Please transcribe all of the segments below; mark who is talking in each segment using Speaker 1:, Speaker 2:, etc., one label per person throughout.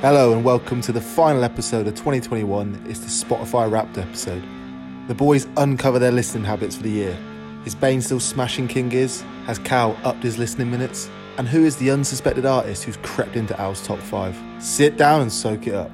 Speaker 1: Hello and welcome to the final episode of 2021. It's the Spotify Wrapped episode. The boys uncover their listening habits for the year. Is Bane still smashing King is? Has Cal upped his listening minutes? And who is the unsuspected artist who's crept into Al's top five? Sit down and soak it up.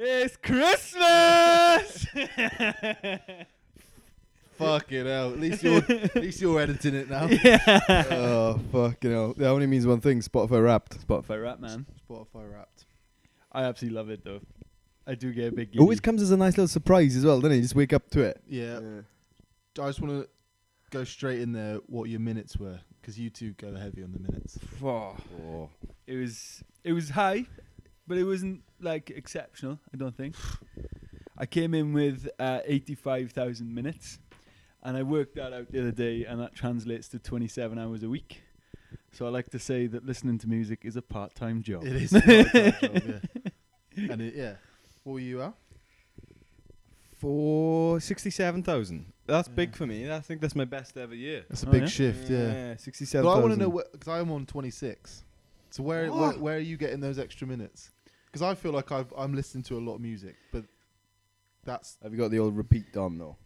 Speaker 2: It's Christmas.
Speaker 3: Fucking hell. At least you're at least you're editing it now. Oh fucking hell. That only means one thing, Spotify wrapped.
Speaker 2: Spotify rap, man.
Speaker 3: Spotify wrapped.
Speaker 2: I absolutely love it though. I do get a big.
Speaker 3: It always comes as a nice little surprise as well, doesn't it? You just wake up to it.
Speaker 1: Yeah,
Speaker 3: Yeah.
Speaker 1: I just want to go straight in there what your minutes were because you two go heavy on the minutes.
Speaker 2: Oh, it was it was high, but it wasn't like exceptional. I don't think. I came in with uh, eighty-five thousand minutes, and I worked that out the other day, and that translates to twenty-seven hours a week. So I like to say that listening to music is a part-time job.
Speaker 1: It is. a part-time job, yeah. And it, yeah, what were you at?
Speaker 4: For sixty-seven thousand. That's big
Speaker 1: Yeah.
Speaker 4: for me. I think that's my best ever year.
Speaker 1: That's a
Speaker 2: Oh,
Speaker 1: big
Speaker 2: yeah?
Speaker 1: shift. yeah.
Speaker 4: sixty-seven.
Speaker 1: But I want to know because I'm on 26. So where, where where are you getting those extra minutes? Because I feel like I've, I'm listening to a lot of music, but that's
Speaker 4: Have you got the old repeat Dom though?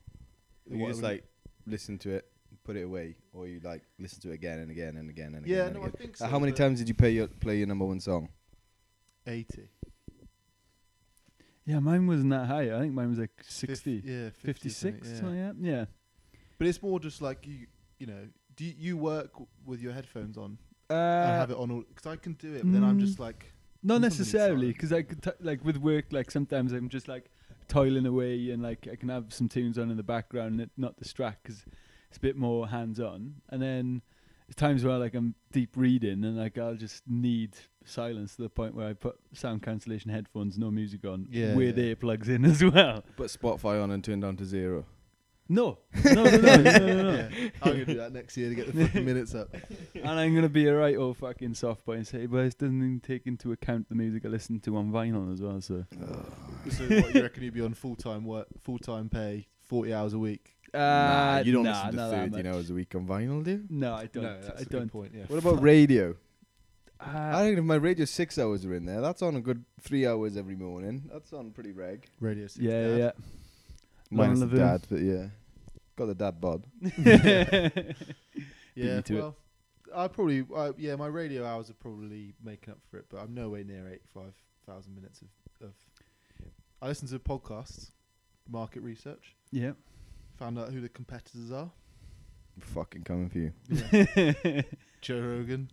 Speaker 4: You
Speaker 1: what I
Speaker 4: just
Speaker 1: mean.
Speaker 4: like listen to it, put it away, or you like listen to it again and again and again and
Speaker 1: yeah.
Speaker 4: again. and
Speaker 1: No, I
Speaker 4: again.
Speaker 1: think so.
Speaker 4: Uh, How many
Speaker 1: but
Speaker 4: times did you play your play your number one song?
Speaker 1: 80.
Speaker 2: Yeah, mine wasn't that high. I think mine was like
Speaker 1: Fif-
Speaker 2: sixty.
Speaker 1: yeah, 50 something,
Speaker 2: 56
Speaker 1: yeah.
Speaker 2: something like that. yeah
Speaker 1: But it's more just like you you know do you, you work w- with your headphones on and
Speaker 2: uh,
Speaker 1: have it on all because I can do it. But then I'm just
Speaker 2: mm.
Speaker 1: like
Speaker 2: not
Speaker 1: something
Speaker 2: necessarily
Speaker 1: inside.
Speaker 2: because i could t- like with work like sometimes i'm just like toiling away and like i can have some tunes on in the background and not distract because it's a bit more hands-on and then there's times where like i'm deep reading and like i'll just need silence to the point where i put sound cancellation headphones no music on
Speaker 1: Yeah,
Speaker 2: with
Speaker 1: yeah.
Speaker 2: earplugs in as well
Speaker 4: Put Spotify on and turn down to zero.
Speaker 2: no no no no, no, no, no.
Speaker 1: yeah, I'm gonna do that next year to get the fucking minutes up.
Speaker 2: and I'm gonna be a right old fucking soft boy and say, but it doesn't even take into account the music I listen to on vinyl as well. So
Speaker 4: Uh,
Speaker 1: So what you reckon you'd be on full time work, full time pay, 40 hours a week?
Speaker 2: uh,
Speaker 4: Nah, you don't
Speaker 2: nah,
Speaker 4: listen to
Speaker 2: not that
Speaker 4: thirteen
Speaker 2: much.
Speaker 4: hours a week on vinyl, do you?
Speaker 2: No, I don't.
Speaker 1: no, that's
Speaker 2: I
Speaker 1: a
Speaker 2: don't.
Speaker 1: Good point. Yeah.
Speaker 4: What about radio? I
Speaker 2: Uh,
Speaker 4: think if my radio six hours are in there, that's on a good three hours every morning. That's on pretty reg.
Speaker 1: Radio. Six
Speaker 2: yeah,
Speaker 1: Dad.
Speaker 2: yeah. Lauren
Speaker 4: Minus the
Speaker 2: Laverne.
Speaker 4: dad, but yeah, got the dad bod.
Speaker 2: Beat me to it.
Speaker 1: well, I probably, I, yeah, my radio hours are probably making up for it, but I'm nowhere near 85,000 minutes of, of. I listened to podcasts, market research,
Speaker 2: yeah.
Speaker 1: found out who the competitors are.
Speaker 4: fucking coming for you.
Speaker 1: Joe Rogan,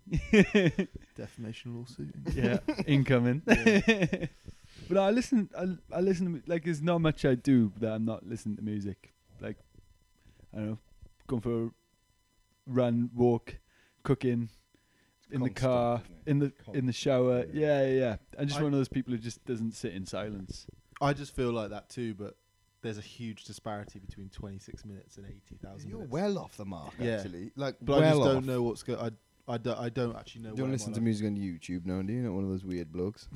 Speaker 1: defamation lawsuit.
Speaker 2: yeah, incoming. but I listen. I, I listen. To, mu- like, there's not much I do that I'm not listening to music. Like, I don't know, going for a run, walk, cooking, in the
Speaker 4: Constant,
Speaker 2: car,
Speaker 4: isn't it?
Speaker 2: in the in the shower. Yeah,
Speaker 4: Yeah.
Speaker 2: yeah. yeah. I'm just
Speaker 1: I-
Speaker 2: one of those people who just doesn't sit in silence.
Speaker 1: I just feel like that too, but there's a huge disparity between 26 minutes and 80,000
Speaker 4: You're
Speaker 1: minutes.
Speaker 4: well off the mark,
Speaker 1: Yeah.
Speaker 4: actually. Like,
Speaker 1: but
Speaker 4: well
Speaker 1: I just
Speaker 4: off.
Speaker 1: don't know what's going. I I don't, I don't actually know.
Speaker 4: You
Speaker 1: where
Speaker 4: Don't
Speaker 1: my
Speaker 4: listen to
Speaker 1: life-
Speaker 4: music on YouTube now, do you? Not one of those weird blokes.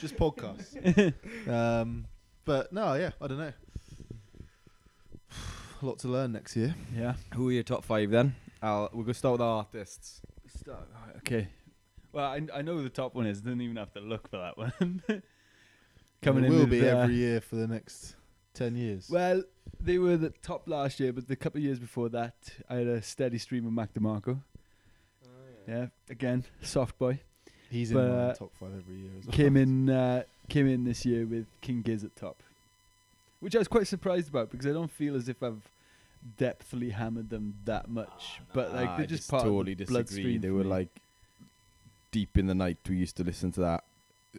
Speaker 1: just podcasts. um, but no, yeah, I don't know. A lot to learn next year.
Speaker 2: Yeah.
Speaker 4: Who are your top five then? I'll, we're gonna start with our artists.
Speaker 2: Okay. Well, I, I know who the top one is. Didn't even have to look for that one. Coming
Speaker 1: it
Speaker 2: in
Speaker 1: will
Speaker 2: with,
Speaker 1: be
Speaker 2: uh,
Speaker 1: every year for the next ten years.
Speaker 2: Well, they were the top last year, but the couple of years before that, I had a steady stream of Mac DeMarco.
Speaker 4: Oh,
Speaker 2: Yeah, again, soft boy.
Speaker 1: He's in
Speaker 2: but,
Speaker 1: my
Speaker 2: uh,
Speaker 1: top five every year as well.
Speaker 2: Came in, uh, came in this year with King Giz at top, which I was quite surprised about because I don't feel as if I've depthly hammered them that much. but
Speaker 3: Ah,
Speaker 2: like they're just, part
Speaker 4: Ah, totally
Speaker 2: of the
Speaker 4: disagree.
Speaker 2: bloodstream
Speaker 4: They
Speaker 2: for
Speaker 4: were
Speaker 2: me.
Speaker 4: like deep in the night. We used to listen to that.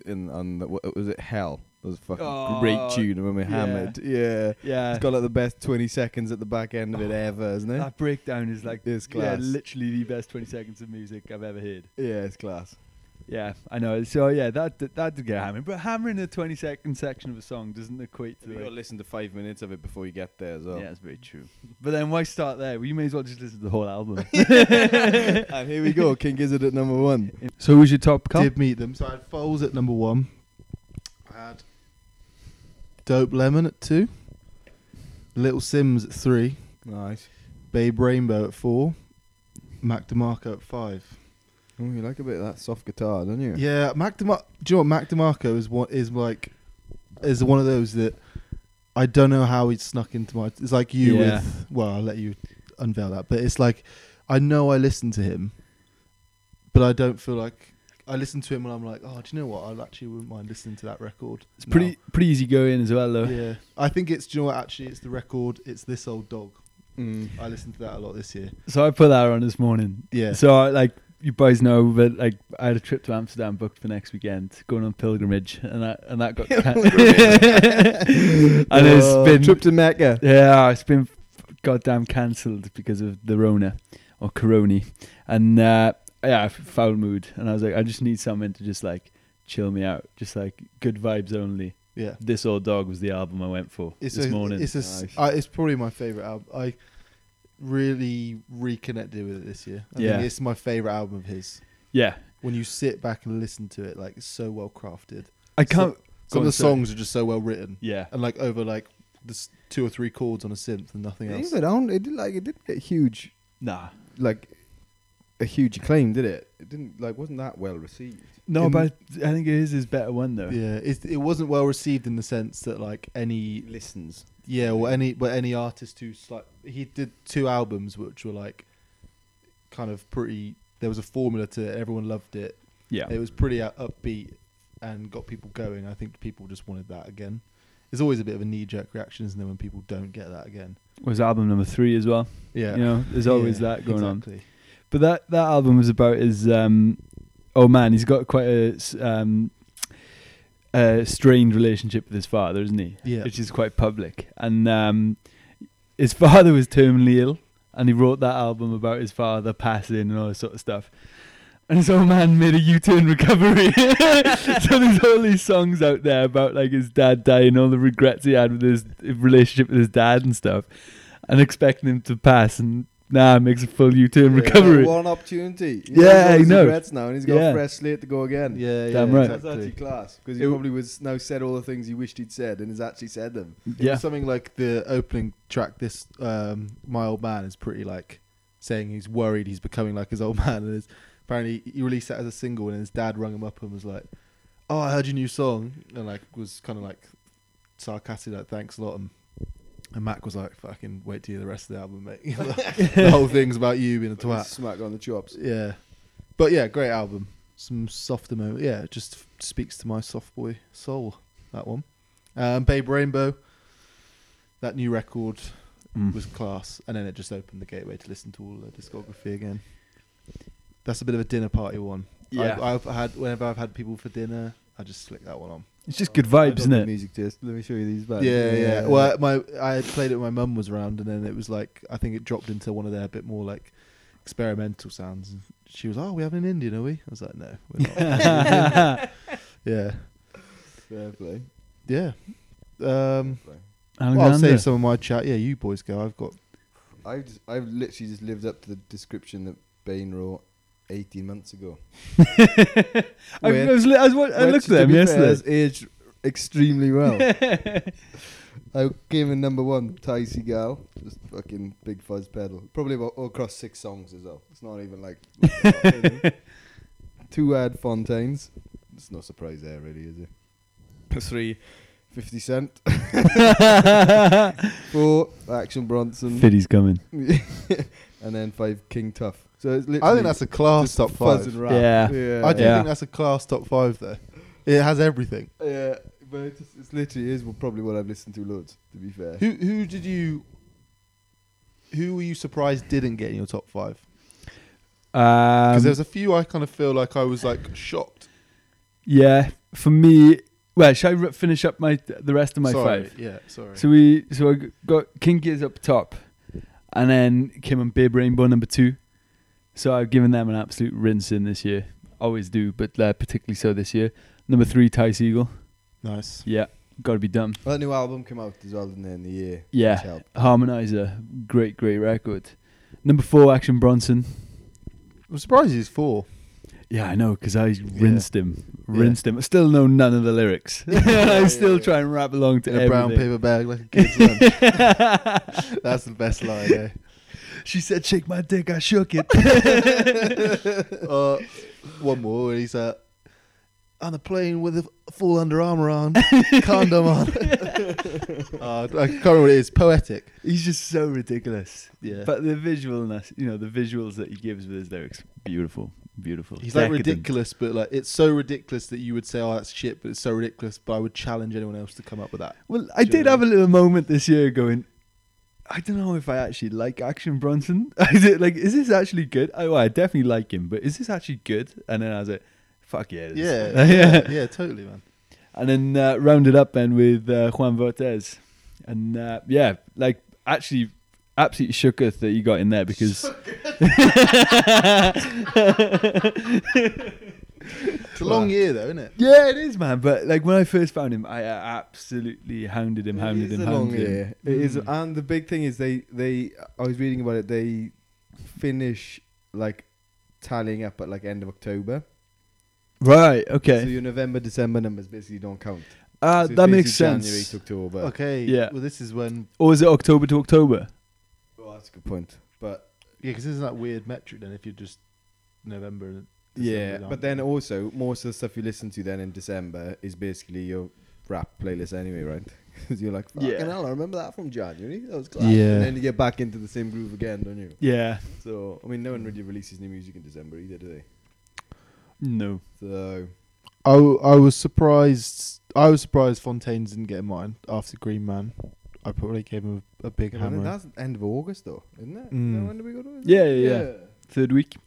Speaker 4: In on the, what was it? Hell
Speaker 3: That was a fucking
Speaker 2: Oh,
Speaker 3: great tune. I remember
Speaker 2: yeah.
Speaker 3: hammered. Yeah.
Speaker 2: Yeah,
Speaker 3: It's got like the best 20 seconds at the back end of it ever, isn't
Speaker 4: eh?
Speaker 3: it?
Speaker 2: that breakdown is like
Speaker 3: It's
Speaker 2: yeah,
Speaker 3: class.
Speaker 2: literally the best twenty seconds of music I've ever heard.
Speaker 3: yeah, it's class.
Speaker 2: Yeah, I know. So yeah, that did- that did get hammering, but hammering the twenty second section of a song doesn't equate to
Speaker 3: you got to
Speaker 2: like,
Speaker 3: listen to five minutes of it before you get there as well.
Speaker 2: yeah, that's very true. But then why start there? Well, you may as well just listen to the whole album.
Speaker 3: and here we go, King Gizzard at number one.
Speaker 2: so who's your top cup?
Speaker 4: Did meet them. So I had Foles at number one. I had Dope Lemon at two. Little Sims at three.
Speaker 3: Nice.
Speaker 4: Babe Rainbow at four. Mac DeMarco at five.
Speaker 3: Oh, you like a bit of that soft guitar, don't you?
Speaker 4: Yeah, Mac DeMarco. Do you know what Mac DeMarco is? What is like? Is one of those that I don't know how he snuck into my. It's like you
Speaker 2: Yeah.
Speaker 4: with. Well, I'll let you unveil that, but it's like I know I listen to him, but I don't feel like I listen to him and I'm like, oh, do you know what? I actually wouldn't mind listening to that record.
Speaker 2: It's pretty pretty easy going as well
Speaker 4: now.
Speaker 2: though.
Speaker 4: Yeah, I think it's. Do you know what? Actually, it's the record. It's this old dog.
Speaker 3: Mm.
Speaker 4: I listened to that a lot this year.
Speaker 2: So I put that on this morning.
Speaker 4: Yeah.
Speaker 2: So I, like you guys know that like I had a trip to Amsterdam booked for next weekend, going on pilgrimage, and that and that got can- and
Speaker 3: Oh,
Speaker 2: it's been
Speaker 3: Trip to Mecca.
Speaker 2: yeah, it's been goddamn cancelled because of the Rona or Corona, and uh, yeah, f- foul mood, and I was like, I just need something to just like chill me out, just like good vibes only.
Speaker 4: Yeah.
Speaker 2: This old dog was the album I went for
Speaker 4: It's
Speaker 2: this
Speaker 4: a,
Speaker 2: morning.
Speaker 4: It's a s-
Speaker 3: Nice.
Speaker 4: I- it's probably my favorite album. I really reconnected with it this year. I
Speaker 2: Yeah.
Speaker 4: think it's my favorite album of his.
Speaker 2: yeah,
Speaker 4: When you sit back and listen to it, like it's so well crafted.
Speaker 2: I can't.
Speaker 4: Some
Speaker 2: on,
Speaker 4: of the
Speaker 2: sorry.
Speaker 4: songs are just so well written,
Speaker 2: yeah,
Speaker 4: and like over like this two or three chords on a synth and nothing else.
Speaker 3: Leave it on. It did like it didn't get huge,
Speaker 2: nah.
Speaker 3: like a huge acclaim, did it? It didn't like wasn't that well received.
Speaker 2: No,
Speaker 4: In-
Speaker 2: but I think it is his better one though.
Speaker 4: Yeah, it, it wasn't well received in the sense that like any
Speaker 3: listens.
Speaker 4: yeah or any but any artist who's like he did two albums which were like kind of pretty. There was a formula to it. Everyone loved it.
Speaker 2: Yeah.
Speaker 4: It was pretty up- upbeat and got people going. I think people just wanted that again. There's always a bit of a knee jerk reaction, isn't there, when people don't get that again?
Speaker 2: was album number three as well.
Speaker 4: Yeah.
Speaker 2: You know, there's always that going on.
Speaker 4: exactly.
Speaker 2: But that that album was about his. Um, oh man, he's got quite a s- um, a strained relationship with his father, isn't he?
Speaker 4: Yeah.
Speaker 2: Which is quite public. And um, his father was terminally ill, and he wrote that album about his father passing and all this sort of stuff. And his old man made a U-turn recovery. so there's all these songs out there about like his dad dying, all the regrets he had with his relationship with his dad and stuff, and expecting him to pass. And nah, makes a full U-turn recovery.
Speaker 3: One opportunity.
Speaker 2: Yeah,
Speaker 3: knows all
Speaker 2: I
Speaker 3: his
Speaker 2: know.
Speaker 3: regrets now, and he's got
Speaker 2: Yeah.
Speaker 3: a fresh slate to go again.
Speaker 4: Yeah, yeah.
Speaker 2: Damn right.
Speaker 3: That's actually
Speaker 4: Exactly.
Speaker 3: class because he
Speaker 4: It w-
Speaker 3: probably was now said all the things he wished he'd said and has actually said them.
Speaker 2: Yeah.
Speaker 4: Something like the opening track, this um, My Old Man is pretty like saying he's worried he's becoming like his old man. And his, apparently he released that as a single and his dad rung him up and was like, Oh, I heard your new song. And like was kind of like sarcastic, like, thanks a lot. And, and Mac was like, fucking wait to hear the rest of the album, mate. the whole thing's about you being a twat.
Speaker 3: Smack on the chops.
Speaker 4: Yeah, but yeah, great album. Some softer moment. Yeah, it just f- speaks to my soft boy soul. That one, um, Babe Rainbow. That new record
Speaker 2: Mm.
Speaker 4: was class, and then it just opened the gateway to listen to all the discography again. That's a bit of a dinner party one.
Speaker 2: Yeah.
Speaker 4: I've, I've had whenever I've had people for dinner, I just slick that one on.
Speaker 2: It's just good vibes,
Speaker 3: I've
Speaker 2: isn't
Speaker 3: got the
Speaker 2: it?
Speaker 3: Music test. Let me show you these bands.
Speaker 4: yeah, yeah, Well, my I had played it when my mum was around, and then it was like I think it dropped into one of their bit more like experimental sounds. And she was, "Oh, we have an Indian, are we?" I was like, "No, we're not." yeah,
Speaker 3: Fair play.
Speaker 4: yeah. Um,
Speaker 3: Fair play.
Speaker 4: well, I'll
Speaker 2: Alexander.
Speaker 4: save some of my chat. Yeah, you boys go. I've got.
Speaker 3: I've just, I've literally just lived up to the description that Bain wrote 18 months ago.
Speaker 2: I,
Speaker 3: Which-
Speaker 2: I was li- I, was, wa- I
Speaker 3: which,
Speaker 2: looked
Speaker 3: to
Speaker 2: at them
Speaker 3: be fair, has
Speaker 2: yesterday.
Speaker 3: aged extremely well. I came in number one, Ty Seagal, just fucking big fuzz pedal. Probably about all across six songs as well. It's not even like two ad Fontaines. It's no surprise there, really, is it? Three, 50 Cent. Four, Action Bronson.
Speaker 2: Fiddy's coming.
Speaker 3: and then five, King Tough. So it's literally
Speaker 4: I think that's a class
Speaker 3: just
Speaker 4: top
Speaker 3: fuzz
Speaker 4: five.
Speaker 3: and rap.
Speaker 2: Yeah.
Speaker 3: yeah.
Speaker 4: I do
Speaker 2: Yeah.
Speaker 4: think that's a class top five. There, it has everything.
Speaker 3: Yeah, but it just, it's literally is what- probably what I've listened to loads. To be fair,
Speaker 4: Who who did you? Who were you surprised didn't get in your top five? Because
Speaker 2: Um,
Speaker 4: there's a few I kind of feel like I was like shocked.
Speaker 2: yeah, Um, for me, Well, shall I re- finish up my the rest of my
Speaker 4: sorry.
Speaker 2: five?
Speaker 4: Yeah, sorry.
Speaker 2: So we so I g- got King Gears up top, and then Kim and Babe Rainbow number two. So I've given them an absolute rinsing this year. Always do, but uh, particularly so this year. Number three, Ty Siegel.
Speaker 4: nice.
Speaker 2: Yeah, got to be done.
Speaker 3: That new album came out as well, didn't it, in the year?
Speaker 2: Yeah.
Speaker 3: Which helped.
Speaker 2: Harmonizer, great, great record. Number four, Action Bronson.
Speaker 4: I'm surprised he's four.
Speaker 2: Yeah, I know, because I rinsed him, rinsed him. I still know none of the lyrics. I
Speaker 3: yeah,
Speaker 2: still
Speaker 3: yeah.
Speaker 2: try and rap along to
Speaker 4: In a brown
Speaker 2: everything.
Speaker 4: paper bag like a kid's lunch. That's the best line. Eh?
Speaker 2: She said, "Shake my dick." I shook it.
Speaker 4: Uh, one more. where He's uh, on a plane with a f- full Under Armour on, condom on. uh, I can't remember what it is. Poetic.
Speaker 2: He's just so ridiculous.
Speaker 4: Yeah.
Speaker 2: But the visualness, you know, the visuals that he gives with his lyrics, beautiful, beautiful.
Speaker 4: He's like
Speaker 2: Decadent.
Speaker 4: ridiculous, but like it's so ridiculous that you would say, "Oh, that's shit," but it's so ridiculous. But I would challenge anyone else to come up with that.
Speaker 2: Well, I
Speaker 4: Do you
Speaker 2: did
Speaker 4: know
Speaker 2: have
Speaker 4: what
Speaker 2: a little moment this year going, I don't know if I actually like Action Bronson. Is it like, is this actually good? I, well, I definitely like him, but is this actually good? And then I was like, fuck yeah, it is.
Speaker 4: Yeah, yeah, yeah, totally, man.
Speaker 2: And then uh, rounded up then with uh, Juan Vortez, and uh, yeah, like actually. Absolutely shooketh that you got in there because
Speaker 4: It's a long year though, isn't it?
Speaker 2: yeah, it is, man. But like when I first found him, I uh, absolutely hounded him,
Speaker 3: It
Speaker 2: hounded
Speaker 3: is
Speaker 2: him,
Speaker 3: a long
Speaker 2: hounded him.
Speaker 3: year. It is,
Speaker 4: Mm.
Speaker 3: and the big thing is they they. I was reading about it. They finish like tallying up at like end of October.
Speaker 2: Right.
Speaker 3: So
Speaker 2: Okay.
Speaker 3: your November, December numbers basically don't count.
Speaker 2: Uh,
Speaker 3: So it's
Speaker 2: that makes
Speaker 3: basically
Speaker 2: sense.
Speaker 3: January to October.
Speaker 4: Okay.
Speaker 2: Yeah.
Speaker 4: Well, this is when.
Speaker 2: Or is it October to October?
Speaker 3: Well, that's a good point. But
Speaker 4: Yeah, because isn't that weird metric then? If you're just November. and
Speaker 3: yeah,
Speaker 4: December,
Speaker 3: but then also most of the stuff you listen to then in December is basically your rap playlist anyway, right? Because you're like, fucking
Speaker 2: Yeah.
Speaker 3: hell, I remember that from January. That was class.
Speaker 4: Yeah.
Speaker 3: And then you get back into the same groove again, don't you?
Speaker 2: Yeah.
Speaker 3: So I mean, no one really releases new music in December either, do they?
Speaker 2: No.
Speaker 3: So
Speaker 4: I, w- I was surprised. I was surprised Fontaine didn't get mine after Green Man. I probably gave him a, a big
Speaker 3: Yeah, but then
Speaker 4: hammer.
Speaker 3: that's end of August though, isn't it?
Speaker 4: Mm.
Speaker 3: No, when do we go to?
Speaker 2: Yeah, yeah, yeah. Third week.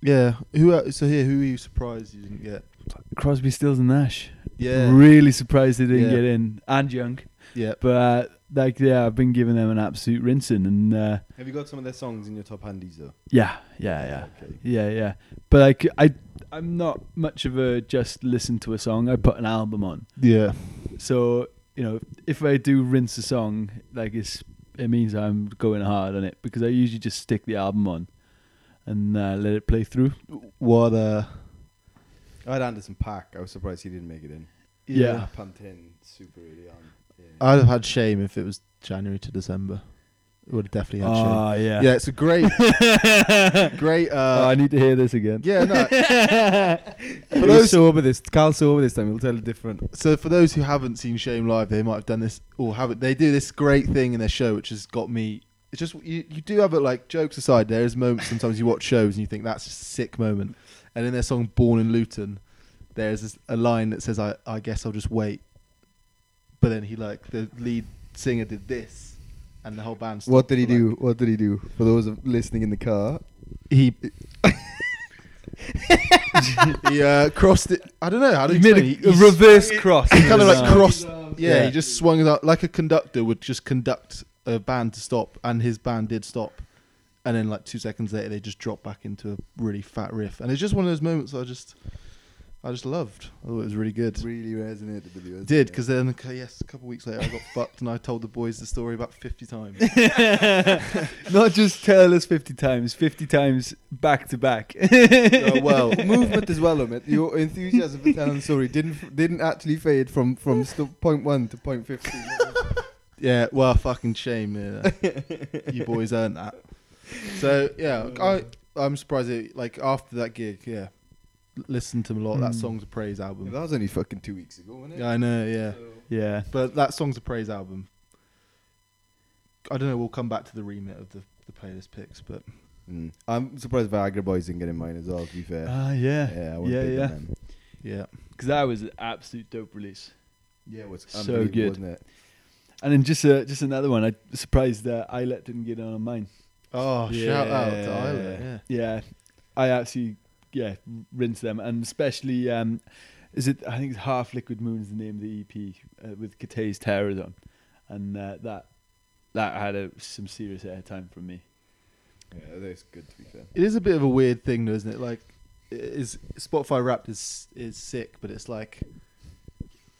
Speaker 4: Yeah. Who? el- So here, who are you surprised you didn't get?
Speaker 2: Crosby, Stills, and Nash.
Speaker 4: Yeah.
Speaker 2: Really surprised they didn't
Speaker 4: Yeah.
Speaker 2: get in. And Young.
Speaker 4: yeah.
Speaker 2: But uh, like, yeah, I've been giving them an absolute rinsing, and uh,
Speaker 3: Have you got some of their songs in your top handies though?
Speaker 2: yeah, yeah, yeah,
Speaker 3: Okay.
Speaker 2: yeah, yeah. But like, I, I'm not much of a just listen to a song. I put an album on.
Speaker 4: Yeah.
Speaker 2: So you know, if I do rinse a song, like it's, it means I'm going hard on it because I usually just stick the album on, and uh, let it play through.
Speaker 4: What? Uh,
Speaker 3: I had Anderson Pack. I was surprised he didn't make it in.
Speaker 2: Yeah.
Speaker 3: Pantin super early on. Yeah.
Speaker 4: I'd have had shame if it was January to December. It would have definitely had shame.
Speaker 2: Ah, yeah.
Speaker 4: Yeah. It's a great, great.
Speaker 2: Oh, I
Speaker 4: Uh,
Speaker 2: need to hear this again.
Speaker 4: yeah. No,
Speaker 3: But
Speaker 4: those-
Speaker 3: over this. Carl's over this time. He'll tell a different.
Speaker 4: so for those who haven't seen Shame live, they might have done this or haven't. They do this great thing in their show, which has got me. It's just you, you do have it. Like jokes aside, there is moments sometimes you watch shows and you think that's a sick moment. And in their song "Born in Luton," there is this, a line that says, "I I guess I'll just wait." But then he like the lead singer did this, and the whole band. stopped
Speaker 3: What did he
Speaker 4: for, like,
Speaker 3: do? What did he do? For those of listening in the car,
Speaker 4: he he uh, crossed it. I don't know how to
Speaker 2: He made
Speaker 4: explain.
Speaker 2: a,
Speaker 4: He-
Speaker 2: a
Speaker 4: he
Speaker 2: reverse cross.
Speaker 4: s- he kind of like
Speaker 2: Yeah.
Speaker 4: crossed. Yeah,
Speaker 2: Yeah.
Speaker 4: he just swung it out like a conductor would just conduct a band to stop, and his band did stop. And then like two seconds later, they just dropped back into a really fat riff, and it's just one of those moments I just, I just loved. I thought it was really good.
Speaker 3: really resonated with you.
Speaker 4: It did because then okay, yes, a couple weeks later I got fucked, and I told the boys the story about fifty times.
Speaker 2: Not just tell us 50 times, 50 times back to back.
Speaker 4: Oh, well,
Speaker 3: movement as well, Amit. Your enthusiasm for telling the story didn't didn't actually fade from from st- point one to point fifteen.
Speaker 4: Yeah, well, fucking shame. Yeah. you boys earned that. So yeah, I I'm surprised. It, like after that gig, yeah, l- listened to a lot. That
Speaker 2: Hmm.
Speaker 4: song's a praise album.
Speaker 3: that was only fucking two weeks ago, wasn't it?
Speaker 4: Yeah, I know. Yeah,
Speaker 2: yeah.
Speaker 4: but that song's a praise album. I don't know. We'll come back to the remit of the the playlist picks, but
Speaker 3: Mm. I'm surprised Viagra Boys didn't get in mine as well. To be fair,
Speaker 2: Ah, yeah.
Speaker 3: yeah, I
Speaker 2: yeah,
Speaker 3: wouldn't
Speaker 2: yeah.
Speaker 4: yeah,
Speaker 2: Because that was an absolute dope release.
Speaker 3: Yeah, it was
Speaker 2: So
Speaker 3: unbelievable,
Speaker 2: good.
Speaker 3: wasn't it?
Speaker 2: And then just uh, just another one. I surprised that uh, Islet didn't get on mine.
Speaker 4: oh, shout out to
Speaker 3: Yeah.
Speaker 4: Isla. Yeah.
Speaker 2: Yeah, I actually yeah rinse them, and especially um, Is it? I think it's Half Liquid Moon's the name of the EP uh, with Katay's Terrors on, and uh, that that had a, some serious airtime from me.
Speaker 3: Yeah, that's good to be fair.
Speaker 4: It is a bit of a weird thing, though, isn't it? Like, it is Spotify Wrapped is is sick, but it's like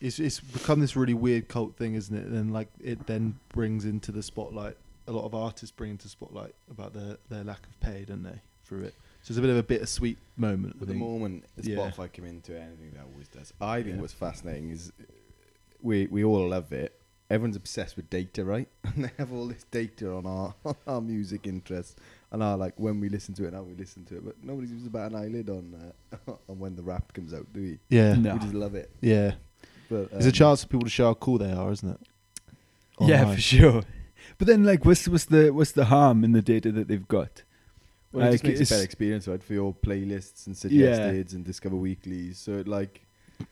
Speaker 4: it's it's become this really weird cult thing, isn't it? And like it then brings into the spotlight a lot of artists bring into spotlight about their their lack of pay, don't they? Through it, so it's a bit of a bittersweet moment. I
Speaker 3: But the
Speaker 4: think.
Speaker 3: moment
Speaker 4: Yeah.
Speaker 3: Spotify came into anything that always does. I think
Speaker 4: Yeah.
Speaker 3: what's fascinating is uh, we we all love it. Everyone's obsessed with data, right? And they have all this data on our on our music interests and our like when we listen to it and how we listen to it. But nobody seems to bat an eyelid on uh, on when the rap comes out, do we?
Speaker 4: yeah,
Speaker 2: No.
Speaker 3: We just love it.
Speaker 4: yeah.
Speaker 3: But
Speaker 4: There's a
Speaker 3: um,
Speaker 4: chance for people to show how cool they are, isn't it?
Speaker 2: Yeah,
Speaker 4: Online.
Speaker 2: for sure. But then, like, what's what's the what's the harm in the data that they've got?
Speaker 3: Well, it just
Speaker 2: Like,
Speaker 3: makes a
Speaker 2: it's-
Speaker 3: better experience, right, for your playlists and
Speaker 2: Yeah.
Speaker 3: suggested and Discover Weeklies. So it like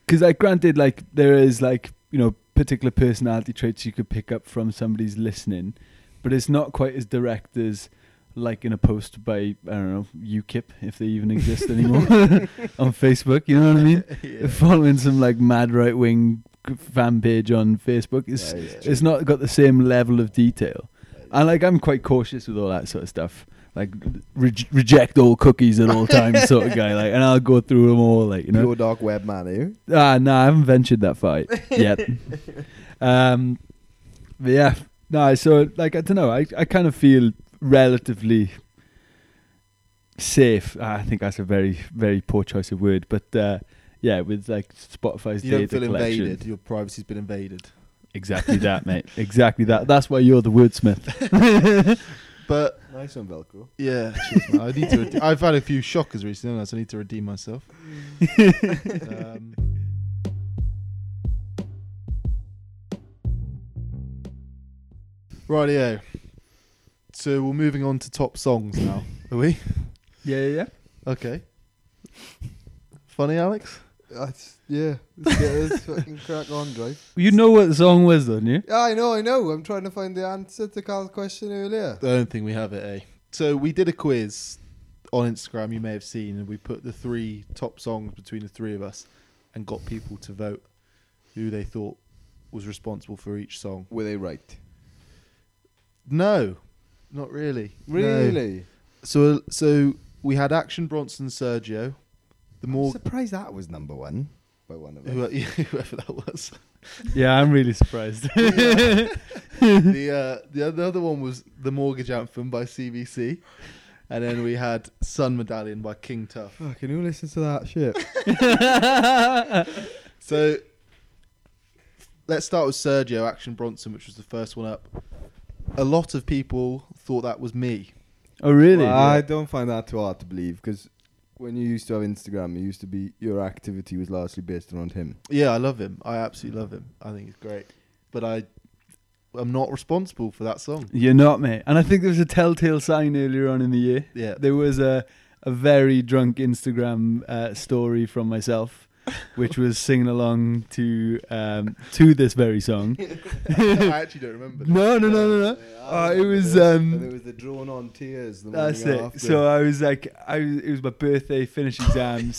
Speaker 2: because like granted like there is like you know particular personality traits you could pick up from somebody's listening but it's not quite as direct as liking a post by i don't know ukip if they even exist anymore on facebook you know what i mean following some like mad right wing fan page on facebook it's
Speaker 3: yeah, it's
Speaker 2: it's not got the same level of detail and like i'm quite cautious with all that sort of stuff like re- reject all cookies at all times sort of guy like and i'll go through them all like you know
Speaker 3: pure dark web man, eh?
Speaker 2: Ah, no, I haven't ventured that far yet. um, but yeah, no. So like, I don't know. I I kind of feel relatively safe. Ah, I think that's a very very poor choice of word, but uh, yeah, with like Spotify's
Speaker 4: You
Speaker 2: data
Speaker 4: don't feel
Speaker 2: collection,
Speaker 4: invaded. Your privacy's been invaded.
Speaker 2: exactly that, mate. Exactly that. That's why you're the wordsmith.
Speaker 4: But
Speaker 3: Nice one, Velcro.
Speaker 4: yeah, jeez, man, I need to. Rede- I've had a few shockers recently, haven't I? so I need to redeem myself. um, rightio. So we're moving on to top songs now, are we?
Speaker 2: yeah, yeah, yeah.
Speaker 4: Okay. Funny, Alex.
Speaker 3: That's, yeah, let's get this fucking crack on, right?
Speaker 2: You know what the song was, don't you?
Speaker 3: I know, I know. I'm trying to find the answer to Carl's question earlier.
Speaker 4: I don't think we have it, eh? So we did a quiz on Instagram, you may have seen, and we put the three top songs between the three of us and got people to vote who they thought was responsible for each song.
Speaker 3: Were they right?
Speaker 4: No, not really. No.
Speaker 3: Really?
Speaker 4: So so we had Action Bronson Sergio, the
Speaker 3: I'm
Speaker 4: more
Speaker 3: surprised that was number one by one of us.
Speaker 4: whoever, whoever that was.
Speaker 2: Yeah, I'm really surprised.
Speaker 4: the uh, the oth- the other one was the Mortgage Anthem by CBC, and then we had Sun Medallion by King Tough.
Speaker 3: Fucking who listens to that shit?
Speaker 4: So let's start with Sergio Action Bronson, which was the first one up. A lot of people thought that was me.
Speaker 2: oh, really?
Speaker 3: I don't find that too hard to believe because when you used to have Instagram, it used to be your activity was largely based around him.
Speaker 4: Yeah, I love him. I absolutely love him. I think he's great, but I I'm not responsible for that song.
Speaker 2: You're not, mate. And I think there was a telltale sign earlier on in the year.
Speaker 4: Yeah,
Speaker 2: There was a, a very drunk Instagram uh, story from myself, which was singing along to um, to this very song.
Speaker 4: I actually don't remember.
Speaker 2: No, no, no, no, no. Uh, it was um,
Speaker 3: was the drawn on tears. The
Speaker 2: that's it. So I was like, I was, it was my birthday, finish exams.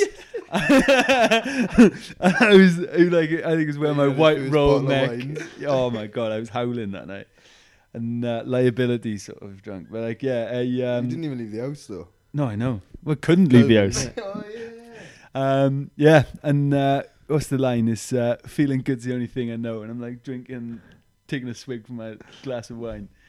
Speaker 2: And I was it was like, I think it was wearing my
Speaker 4: Yeah, this
Speaker 2: white
Speaker 4: was
Speaker 2: roll
Speaker 4: bottle of
Speaker 2: neck.
Speaker 4: wine.
Speaker 2: Oh my god, I was howling that night. And uh, liability sort of drunk, but like yeah, I
Speaker 3: you didn't
Speaker 2: um,
Speaker 3: even leave the house though.
Speaker 2: no, I know. We couldn't leave the house.
Speaker 3: oh yeah.
Speaker 2: Um, yeah, and uh, what's the line? It's uh, feeling good's the only thing I know, and I'm like drinking, taking a swig from my glass of wine.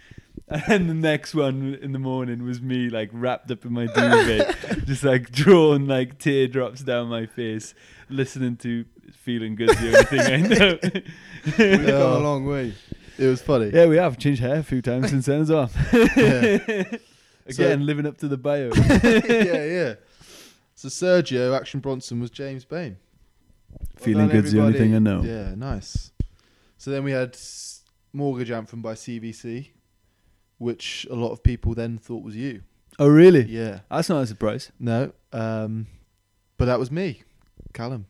Speaker 2: And then the next one in the morning was me like wrapped up in my duvet, just like drawn like teardrops down my face, listening to "Feeling Good's the only thing I
Speaker 3: We've
Speaker 2: know."
Speaker 3: gone a long way.
Speaker 4: Oh, It was funny.
Speaker 2: yeah, we have changed hair a few times since then as well.
Speaker 4: Yeah.
Speaker 2: Again, living up to the bio.
Speaker 4: yeah, yeah. So Sergio Action Bronson was James Bain.
Speaker 2: Feeling good's the only thing I know.
Speaker 4: Yeah, nice. So then we had S- Mortgage Anthem by CBC, which a lot of people then thought was you.
Speaker 2: Oh, really?
Speaker 4: Yeah.
Speaker 2: That's not a surprise.
Speaker 4: No. Um, but that was me, Callum.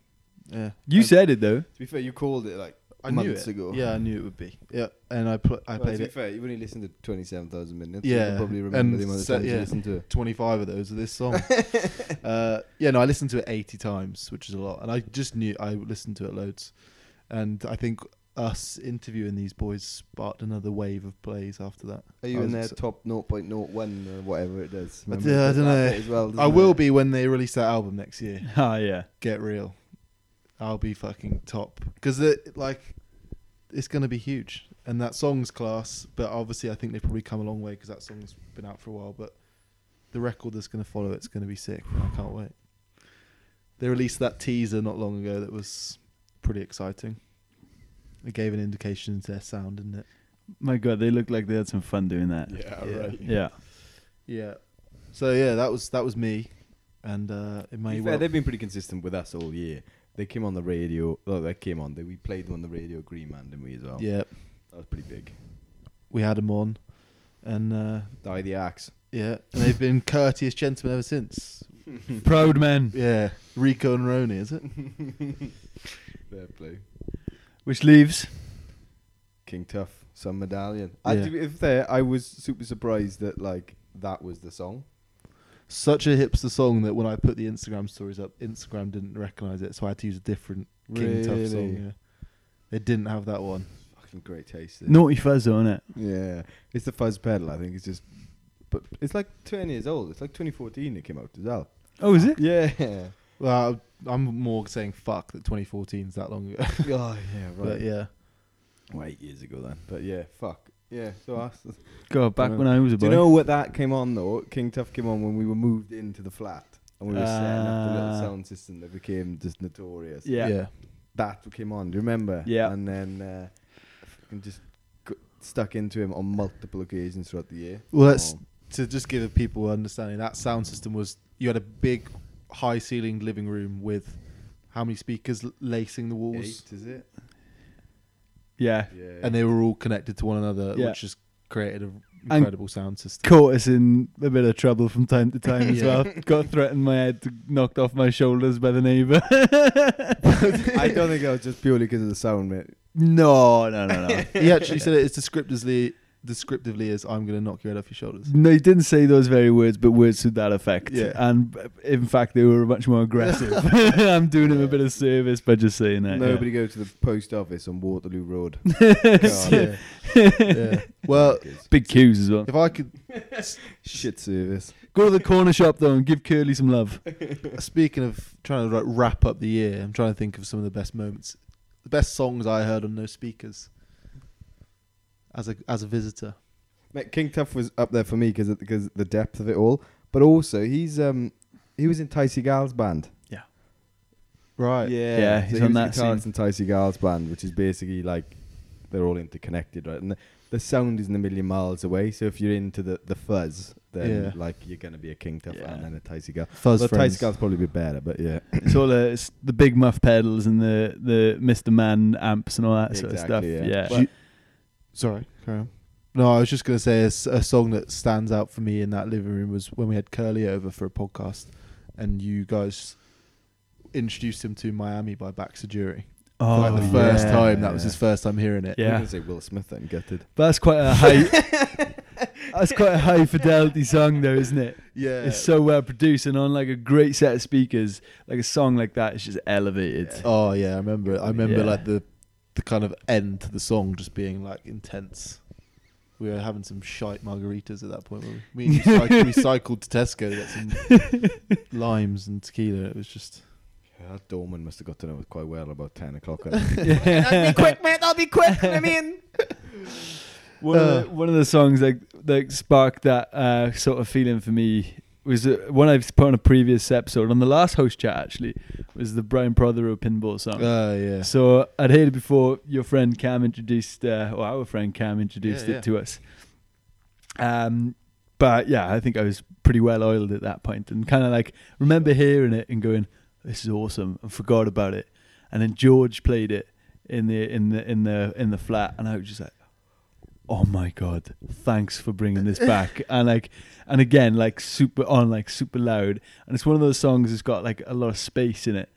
Speaker 4: Yeah.
Speaker 2: You
Speaker 4: Um,
Speaker 2: said it though.
Speaker 3: To be fair, you called it like
Speaker 4: I knew
Speaker 3: months
Speaker 4: it.
Speaker 3: ago.
Speaker 4: Yeah, I knew it would be. Yeah, and I pl- I
Speaker 3: Well,
Speaker 4: played
Speaker 3: to be
Speaker 4: it
Speaker 3: fair, you've only listened to 27,000 minutes. Yeah.
Speaker 4: Yeah,
Speaker 3: probably remember
Speaker 4: and
Speaker 3: the amount of
Speaker 4: so-
Speaker 3: times you
Speaker 4: yeah.
Speaker 3: listened to it.
Speaker 4: 25 of those of this song. uh, yeah, no, I listened to it 80 times, which is a lot. And I just knew I listened to it loads. And I think us interviewing these boys sparked another wave of plays after that.
Speaker 3: Are you
Speaker 4: I
Speaker 3: in
Speaker 4: was
Speaker 3: their
Speaker 4: upset.
Speaker 3: top 0.01 or whatever it does?
Speaker 4: I
Speaker 3: Remember, it
Speaker 4: d- I
Speaker 3: does
Speaker 4: dunno.
Speaker 3: that bit as well,
Speaker 4: I
Speaker 3: doesn't
Speaker 4: will
Speaker 3: it?
Speaker 4: be when they release that album next year.
Speaker 2: Ah, yeah.
Speaker 4: Get real. I'll be fucking top. Because, it, like, it's going to be huge. And that song's class. But obviously, I think they've probably come a long way because that song's been out for a while. But the record that's going to follow it's going to be sick. I can't wait. They released that teaser not long ago that was pretty exciting. It gave an indication to their sound, didn't it?
Speaker 2: My God, they looked like they had some fun doing that.
Speaker 3: Yeah,
Speaker 4: Yeah.
Speaker 3: right.
Speaker 2: Yeah.
Speaker 4: Yeah. So yeah, that was that was me, and uh, it
Speaker 3: To
Speaker 4: may
Speaker 3: be fair,
Speaker 4: well.
Speaker 3: they've been pretty consistent with us all year. They came on the radio. Oh, they came on. They, we played them on the radio, Green Man, didn't we, as well?
Speaker 4: Yeah,
Speaker 3: That was pretty big.
Speaker 4: we had them on, and uh,
Speaker 3: Die the Axe.
Speaker 4: yeah, and they've been courteous gentlemen ever since.
Speaker 2: Proud men.
Speaker 4: Yeah, Rico and Roni, is it?
Speaker 3: Fair play.
Speaker 2: Which leaves.
Speaker 3: King Tough, Sun Medallion.
Speaker 4: Yeah.
Speaker 3: I, to be if there, I was super surprised that, like, that was the song.
Speaker 4: Such a hipster song that when I put the Instagram stories up, Instagram didn't recognize it, so I had to use a different King Tough song.
Speaker 3: Really?
Speaker 4: Yeah. They didn't have that one.
Speaker 3: Fucking great taste. this.
Speaker 2: Naughty Fuzz on it.
Speaker 3: Yeah, it's the fuzz pedal. I think it's just, but it's like ten years old. It's like 2014 it came out as well.
Speaker 2: Oh, is it?
Speaker 3: Yeah.
Speaker 4: Well, I'm more saying fuck that 2014 is that long ago.
Speaker 3: oh yeah, right.
Speaker 4: But yeah,
Speaker 3: Well, eight years ago then. But yeah, fuck. Yeah. So us. Do
Speaker 2: God, back
Speaker 3: Dunno.
Speaker 2: when I was a boy.
Speaker 3: you know what that came on though? King Tough came on when we were moved into the flat and we were setting up the little
Speaker 2: Ah.
Speaker 3: sound system that became just notorious.
Speaker 2: Yeah.
Speaker 4: yeah,
Speaker 3: That came on. Do you remember?
Speaker 2: Yeah.
Speaker 3: And then uh, fucking just got stuck into him on multiple occasions throughout the year.
Speaker 4: Well, that's-
Speaker 3: Oh.
Speaker 4: To just give people understanding, that sound system was you had a big, high ceilinged living room with how many speakers l- lacing the walls,
Speaker 3: eight, is it?
Speaker 2: Yeah.
Speaker 3: Yeah.
Speaker 4: and they were all connected to one another,
Speaker 2: Yeah.
Speaker 4: which just created an incredible sound system.
Speaker 2: Caught us in a bit of trouble from time to time as
Speaker 4: Yeah.
Speaker 2: well. Got threatened my head, knocked off my shoulders by the neighbour.
Speaker 3: I don't think that was just purely because of the sound, mate.
Speaker 2: no, no, no, no.
Speaker 4: he actually said it as descriptively, descriptively as "I'm going to knock your head off your shoulders."
Speaker 2: No, he didn't say those very words, but words to that effect.
Speaker 4: Yeah.
Speaker 2: And uh, in fact, they were much more aggressive. I'm doing him a bit of service by just saying that. yeah.
Speaker 3: Nobody go to the post office on Waterloo Road.
Speaker 4: Yeah. yeah. Well,
Speaker 2: Big cues as well.
Speaker 4: if I could
Speaker 3: shit service.
Speaker 2: Go to the corner shop though and give Curly some love.
Speaker 4: Speaking of trying to like wrap up the year, I'm trying to think of some of the best moments, the best songs I heard on no speakers. As a as a visitor,
Speaker 3: Mate, King Tough was up there for me because because the depth of it all, but also he's um he was in Ticey Gal's band.
Speaker 4: right?
Speaker 3: Yeah,
Speaker 2: Yeah,
Speaker 3: so
Speaker 2: he's
Speaker 3: he
Speaker 2: on
Speaker 3: was
Speaker 2: that
Speaker 3: guitarist in Ticey Gal's band, which is basically like they're all interconnected, right? And the, the sound isn't a million miles away. So if you're into the the fuzz, then
Speaker 4: Yeah.
Speaker 3: like you're gonna be a King Tough
Speaker 2: Yeah.
Speaker 3: and then a Ticey Gal.
Speaker 4: Fuzz
Speaker 3: Although
Speaker 4: friends.
Speaker 3: Ticey Gal's probably a bit better, but yeah,
Speaker 2: it's all the it's the big muff pedals and the the Mr. Man amps and all that sort of
Speaker 3: Exactly,
Speaker 2: stuff.
Speaker 3: yeah.
Speaker 2: Yeah.
Speaker 4: Do you- sorry, carry on. No, I was just gonna say a, s- a song that stands out for me in that living room was when we had Curly over for a podcast, and you guys introduced him to Miami by Baxter Jury.
Speaker 2: oh,
Speaker 4: like the first
Speaker 2: yeah.
Speaker 4: time, that was his first time hearing it.
Speaker 3: I'm
Speaker 2: Yeah.
Speaker 3: gonna say Will Smith then gutted.
Speaker 2: But that's quite a high That's quite a high fidelity song though, isn't it?
Speaker 4: yeah.
Speaker 2: It's so well produced and on like a great set of speakers, like a song like that is just elevated.
Speaker 4: Oh yeah, I remember. it. I remember
Speaker 2: Yeah.
Speaker 4: like the the kind of end to the song just being like intense. We were having some shite margaritas at that point. Where we, we, cycled, we cycled to Tesco to get some limes and tequila. It was just
Speaker 3: Yeah, that Dorman must have got to know it quite well about ten o'clock.
Speaker 2: I'll be quick, man. I'll be quick. I mean, one,
Speaker 4: Uh.
Speaker 2: of the, one of the songs like that sparked that uh, sort of feeling for me was uh, one I've put on a previous episode on the last host chat. Actually, was the Brian Prothero pinball song.
Speaker 4: oh yeah,
Speaker 2: So I'd heard it before. Your friend Cam introduced, uh, or our friend Cam introduced
Speaker 4: Yeah,
Speaker 2: it
Speaker 4: yeah.
Speaker 2: to us. Um, but yeah, I think I was pretty well oiled at that point, and kind of like remember hearing it and going, "This is awesome," and forgot about it. And then George played it in the in the in the in the flat, and I was just like, "Oh my god, thanks for bringing this back!" and like, and again, like super on, like super loud, and it's one of those songs that's got like a lot of space in it,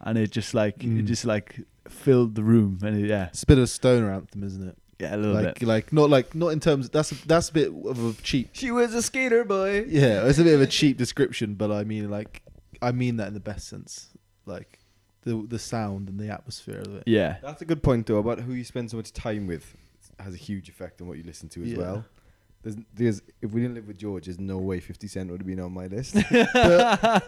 Speaker 2: and it just like it
Speaker 4: Mm.
Speaker 2: just like filled the room, and it, yeah,
Speaker 4: It's a bit of a stoner anthem, isn't it?
Speaker 2: yeah, a little
Speaker 4: like, like not like not in terms. that's a, that's a bit of a cheap.
Speaker 2: She was a skater boy.
Speaker 4: Yeah, it's a bit of a cheap description, but I mean, like, I mean that in the best sense. Like, the the sound and the atmosphere of it.
Speaker 2: Yeah,
Speaker 3: That's a good point though about who you spend so much time with It has a huge effect on what you listen to as
Speaker 4: Yeah.
Speaker 3: well. There's, there's if we didn't live with George, there's no way 50 Cent would have been on my list.
Speaker 2: oh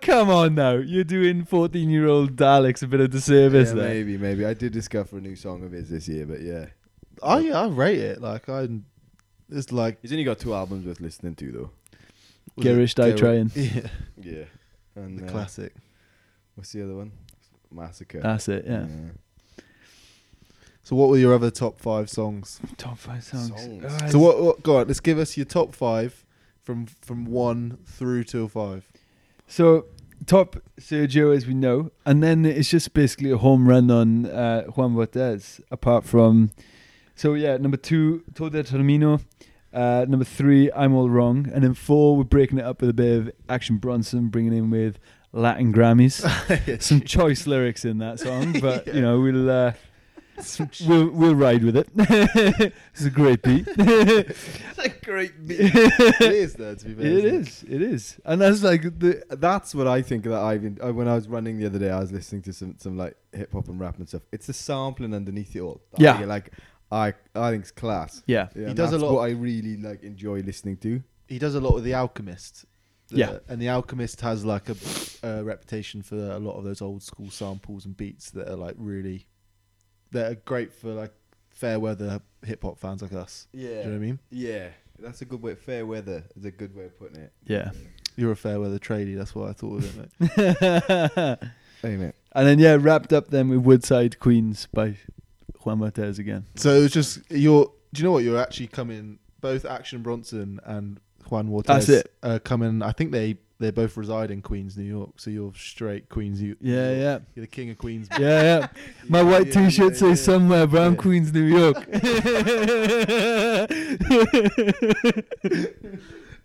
Speaker 2: come on now, you're doing 14 year old Daleks a bit of disservice
Speaker 3: Yeah,
Speaker 2: there.
Speaker 3: maybe, maybe I did discover a new song of his this year, but yeah,
Speaker 4: I I rate it. Like, I it's like
Speaker 3: he's only got two albums worth listening to though.
Speaker 4: was it
Speaker 2: Garish die
Speaker 4: Gar-
Speaker 2: trying.
Speaker 4: Yeah,
Speaker 3: Yeah, and
Speaker 4: the
Speaker 3: uh,
Speaker 4: classic.
Speaker 3: What's the other one? Massacre.
Speaker 2: That's it. Uh, Yeah.
Speaker 4: So, what were your other top five songs?
Speaker 2: Top five songs.
Speaker 3: Songs.
Speaker 2: All right.
Speaker 4: So, what, what? Go on, let's give us your top five from from one through to five.
Speaker 2: So top Sergio, as we know, and then it's just basically a home run on uh, Juan Cortez. Apart from, so yeah, number two, Todo Termino. Uh, number three, I'm all wrong, and then four, we're breaking it up with a bit of Action Bronson, bringing in with Latin Grammys, some choice lyrics in that song, but you know we'll uh, we'll we'll ride with it. it's a great beat.
Speaker 3: That's a great
Speaker 2: it
Speaker 3: it is though, to be fair. isn't
Speaker 2: is, it is, and that's like the
Speaker 3: That's what I think that I've in, uh, when I was running the other day, I was listening to some some like hip hop and rap and stuff. It's the sampling underneath it all. that I
Speaker 2: Yeah.
Speaker 3: get, like I I think it's class.
Speaker 2: yeah.
Speaker 3: Yeah,
Speaker 4: He
Speaker 3: and
Speaker 4: does a
Speaker 3: that's
Speaker 4: lot-
Speaker 3: What I really like enjoy listening to.
Speaker 4: he does a lot with the alchemist The-
Speaker 2: Yeah.
Speaker 4: and the alchemist has like a, a reputation for a lot of those old school samples and beats that are like really that are great for like fair weather hip hop fans like us do you know what i mean
Speaker 3: yeah. That's a good way. Fair weather is a good way of putting it.
Speaker 2: Yeah.
Speaker 4: you're a fair weather tradie that's what i thought of it mate.
Speaker 2: and
Speaker 3: Hey mate,
Speaker 2: then yeah, wrapped up then with Woodside Queens by Juan Martez again.
Speaker 4: so it was just you're do you know what you're actually coming both action bronson and juan Waters
Speaker 2: That's it.
Speaker 4: uh coming i think they they both reside in queens new york so you're straight queens you
Speaker 2: Yeah, yeah,
Speaker 4: you're the king of queens
Speaker 2: yeah, yeah. My
Speaker 4: Yeah,
Speaker 2: white
Speaker 4: yeah,
Speaker 2: T-shirt
Speaker 4: yeah,
Speaker 2: says
Speaker 4: yeah.
Speaker 2: somewhere, but I'm
Speaker 4: Yeah.
Speaker 2: Queens, New York.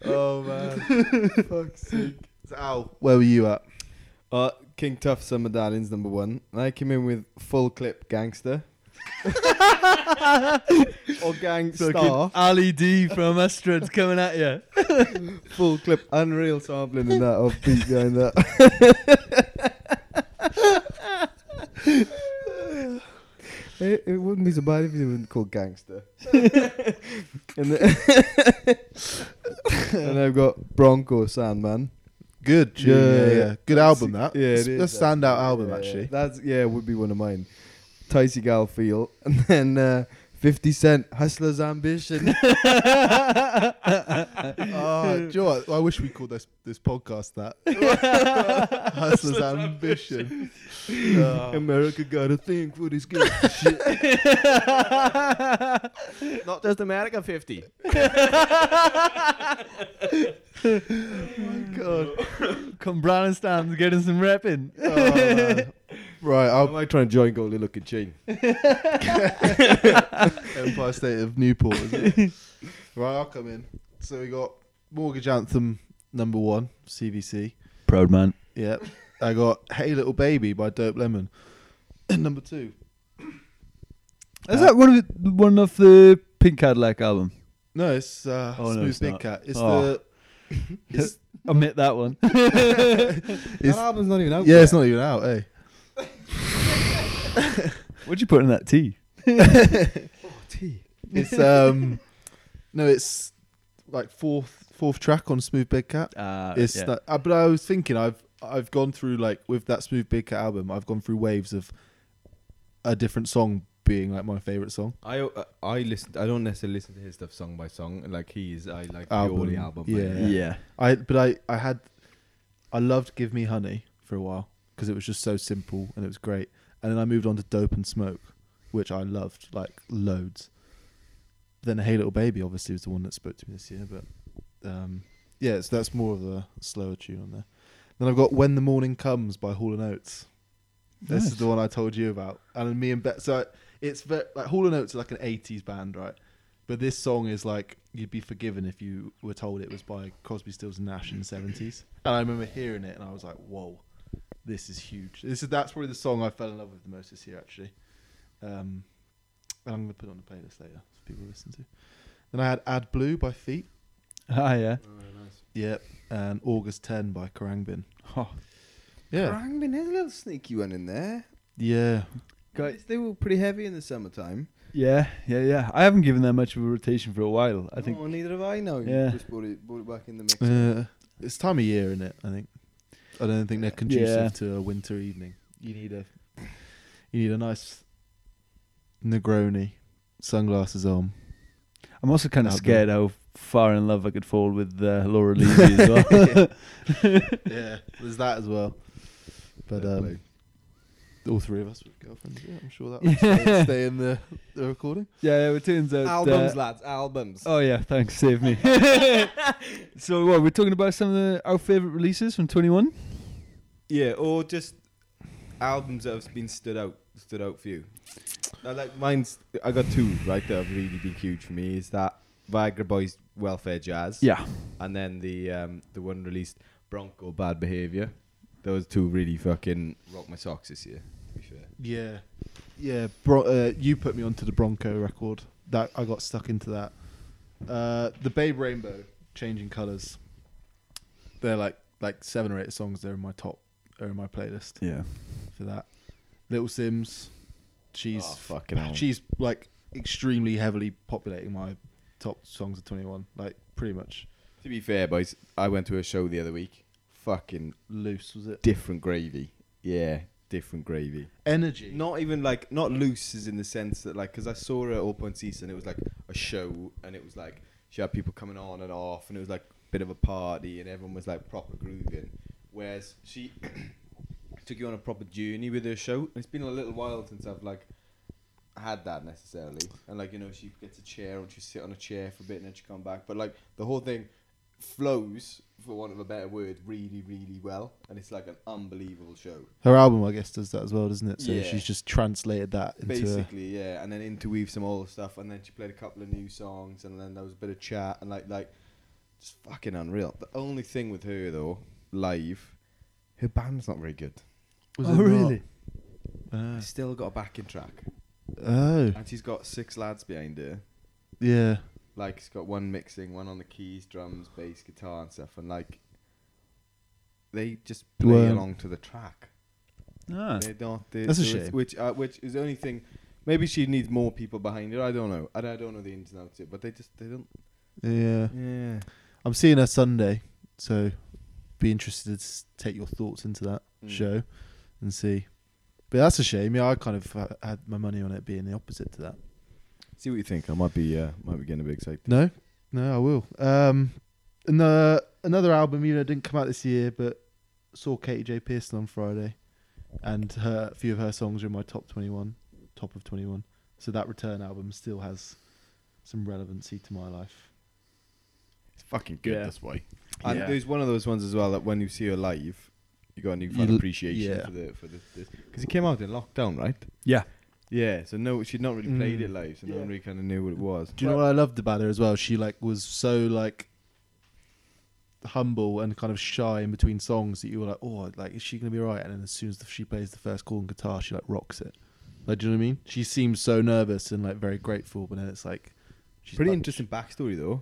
Speaker 4: Oh man, fuck's sake! Ow, where were you at?
Speaker 3: uh, King Tough Summer Darlings number one. I came in with full clip gangster. or gangstar.
Speaker 2: Fucking Ali D from Astrid's coming at you.
Speaker 3: full clip, unreal sampling and that off beat behind that. it, it wouldn't be so bad if it wasn't called gangster. and, the- and I've got Bronco Sandman.
Speaker 4: Good, yeah, yeah, yeah. good album that.
Speaker 3: Yeah,
Speaker 4: it's
Speaker 3: it
Speaker 4: a
Speaker 3: is,
Speaker 4: standout
Speaker 3: actually.
Speaker 4: album
Speaker 3: Yeah,
Speaker 4: actually.
Speaker 3: That's yeah, would be one of mine. Ticey Gal Feel, and then uh, Fifty Cent Hustler's Ambition.
Speaker 4: Oh, do you know what? I wish we called this this podcast that. Hustler's ambition.
Speaker 3: America got a thing for this good shit. Not just America 50.
Speaker 2: Come Brown and Stam's getting some repping.
Speaker 4: Oh,
Speaker 3: Right, i might try and join Goldie Looking Chain.
Speaker 4: Empire State of Newport. Isn't it? right, I'll come in. So we got Mortgage Anthem number one, CVC.
Speaker 2: Proud man.
Speaker 4: Yep. I got Hey Little Baby by Dope Lemon. number two.
Speaker 2: Is that one of the, one of the Pink Cadillac album?
Speaker 4: No, it's uh,
Speaker 2: Oh, no,
Speaker 4: Smooth
Speaker 2: it's
Speaker 4: Big
Speaker 2: not.
Speaker 4: Cat. It's
Speaker 2: Oh.
Speaker 4: the it's
Speaker 2: Omit that one.
Speaker 4: It's-
Speaker 3: album's not even out.
Speaker 4: Yeah, it's not even out, eh?
Speaker 2: What'd you put in that tea?
Speaker 4: It's um no, it's like fourth fourth track on Smooth Big Cat.
Speaker 2: Uh,
Speaker 4: It's that, uh, but I was thinking I've I've gone through like with that Smooth Big Cat album, I've gone through waves of a different song being like my favorite song.
Speaker 3: I uh, I listen. I don't necessarily listen to his stuff song by song. Like he is, I like
Speaker 4: Album,
Speaker 3: purely album. by
Speaker 4: yeah.
Speaker 3: album.
Speaker 2: yeah. yeah.
Speaker 4: I but I I had I loved Give Me Honey for a while because it was just so simple and it was great. And then I moved on to Dope and Smoke, which I loved like loads. Then Hey Little Baby obviously was the one that spoke to me this year, but um, yeah, so that's more of a slower tune on there. Then I've got When the Morning Comes by Hall and Oates. This is
Speaker 2: Nice.
Speaker 4: the one I told you about, and then me and Bet. So it's ve- like Hall and Oates are like an '80s band, right? But this song is like you'd be forgiven if you were told it was by Crosby, Stills, and Nash in the seventies. And I remember hearing it, and I was like, "Whoa, this is huge. This is that's probably the song I fell in love with the most this year, actually. Um, and I'm gonna put it on the playlist later for people to listen to. Then I had "Ad Blue" by Feet.
Speaker 2: Ah, yeah.
Speaker 4: Yep, and "August 10" by Karangbin.
Speaker 2: Oh,
Speaker 4: Yeah,
Speaker 3: Rangbin, there's a little sneaky one in there.
Speaker 4: yeah.
Speaker 2: Guys-
Speaker 3: They were pretty heavy in the summertime.
Speaker 2: yeah, yeah, yeah. I haven't given that much of a rotation for a while. I think
Speaker 3: Oh, neither have I now.
Speaker 2: Yeah.
Speaker 3: You just brought it, brought it back in the mix.
Speaker 4: Uh, it's time of year, isn't it? I think. I don't think they're conducive
Speaker 2: Yeah.
Speaker 4: to a winter evening. You need a, you need a nice Negroni, sunglasses on.
Speaker 2: I'm also kind of
Speaker 4: That'd be-
Speaker 2: scared how far in love I could fall with uh, Laura Levy as well.
Speaker 4: yeah, there's that as well. But
Speaker 3: Fair
Speaker 4: um,
Speaker 3: play.
Speaker 4: all three of us with girlfriends. Yeah, I'm sure that will
Speaker 2: Um,
Speaker 4: stay, stay in the, the recording.
Speaker 2: yeah, yeah, it turns out. uh,
Speaker 3: albums, lads, albums.
Speaker 2: oh yeah, thanks, save me. so what we're talking about some of the, our favorite releases from 21.
Speaker 3: Yeah, or just albums that have been stood out, stood out for you. I like mine's. I got two right that have really been huge for me. Is that Viagra Boys Welfare Jazz?
Speaker 2: Yeah,
Speaker 3: and then the um, the one released Bronco Bad Behavior. Those two really fucking rock my socks this year. To be fair,
Speaker 4: Yeah, yeah. Bro- uh, you put me onto the Bronco record. That I got stuck into that. Uh, the Babe Rainbow, Changing Colors. They're like like seven or eight songs. They're in my top. Are in my playlist
Speaker 2: yeah.
Speaker 4: for that. Little Sims, she's
Speaker 3: Oh, fucking hell.
Speaker 4: she's like extremely heavily populating my top songs of 21. Like pretty much
Speaker 3: to be fair, boys, I went to a show the other week. Fucking
Speaker 4: loose was it?
Speaker 3: different gravy. Yeah, different gravy.
Speaker 4: Energy.
Speaker 3: Not even like not loose is in the sense that like because I saw her at All Points East and it was like a show and it was like she had people coming on and off and it was like a bit of a party and everyone was like proper grooving. Whereas she took you on a proper journey with her show and it's been a little while since I've like had that necessarily and like you know she gets a chair and she sit on a chair for a bit and then she come back but like the whole thing flows for want of a better word really really well and it's like an unbelievable show
Speaker 4: Her album, I guess, does that as well, doesn't it? So
Speaker 3: Yeah.
Speaker 4: she's just translated that into.
Speaker 3: basically yeah and then interweave some old stuff and then she played a couple of new songs and then there was a bit of chat and like like just fucking unreal the only thing with her though live her band's not very good
Speaker 4: Was
Speaker 2: Oh,
Speaker 4: it not-
Speaker 2: really?
Speaker 4: Ah.
Speaker 3: she's still got a backing track
Speaker 4: oh,
Speaker 3: and she's got six lads behind her
Speaker 4: yeah.
Speaker 3: like she's got one mixing one on the keys drums bass guitar and stuff and like they just play
Speaker 4: Well-
Speaker 3: along to the track
Speaker 2: Ah,
Speaker 3: They don't. They,
Speaker 4: That's a
Speaker 3: so it's-
Speaker 4: shame.
Speaker 3: Which, uh, which is the only thing. Maybe she needs more people behind her. I don't know. I, I don't know the ins and outs of it, but they just they don't.
Speaker 4: Yeah.
Speaker 3: Yeah.
Speaker 4: I'm seeing her Sunday, so be interested to s- take your thoughts into that
Speaker 3: Mm.
Speaker 4: show and see. But that's a shame. Yeah, I kind of uh, had my money on it being the opposite to that.
Speaker 3: See what you think. I might be. Uh, might be getting a bit excited.
Speaker 4: No, no, I will. Um, and, uh, another album, you know, didn't come out this year, but saw Katie J Pearson on Friday, and her, a few of her songs are in my top 21, top of 21. So that return album still has some relevancy to my life.
Speaker 3: It's fucking
Speaker 2: good, Yeah.
Speaker 3: That's why. And
Speaker 4: Yeah.
Speaker 3: there's one of those ones as well that when you see her live, you got a newfound
Speaker 4: You l-
Speaker 3: appreciation
Speaker 4: yeah.
Speaker 3: for the for this because it came out in lockdown, right?
Speaker 2: yeah.
Speaker 3: Yeah. So no, she'd not really played
Speaker 4: Mm.
Speaker 3: it live, so no
Speaker 4: Yeah.
Speaker 3: one really kind of knew what it was.
Speaker 4: Do you know what I loved about her as well? She like was so like humble and kind of shy in between songs that you were like, oh, like is she gonna be alright? And then as soon as she plays the first chord on guitar, she like rocks it. Like, do you know what I mean? She seems so nervous and like very grateful, but then it's like, she's
Speaker 3: Pretty
Speaker 4: like-
Speaker 3: interesting backstory though,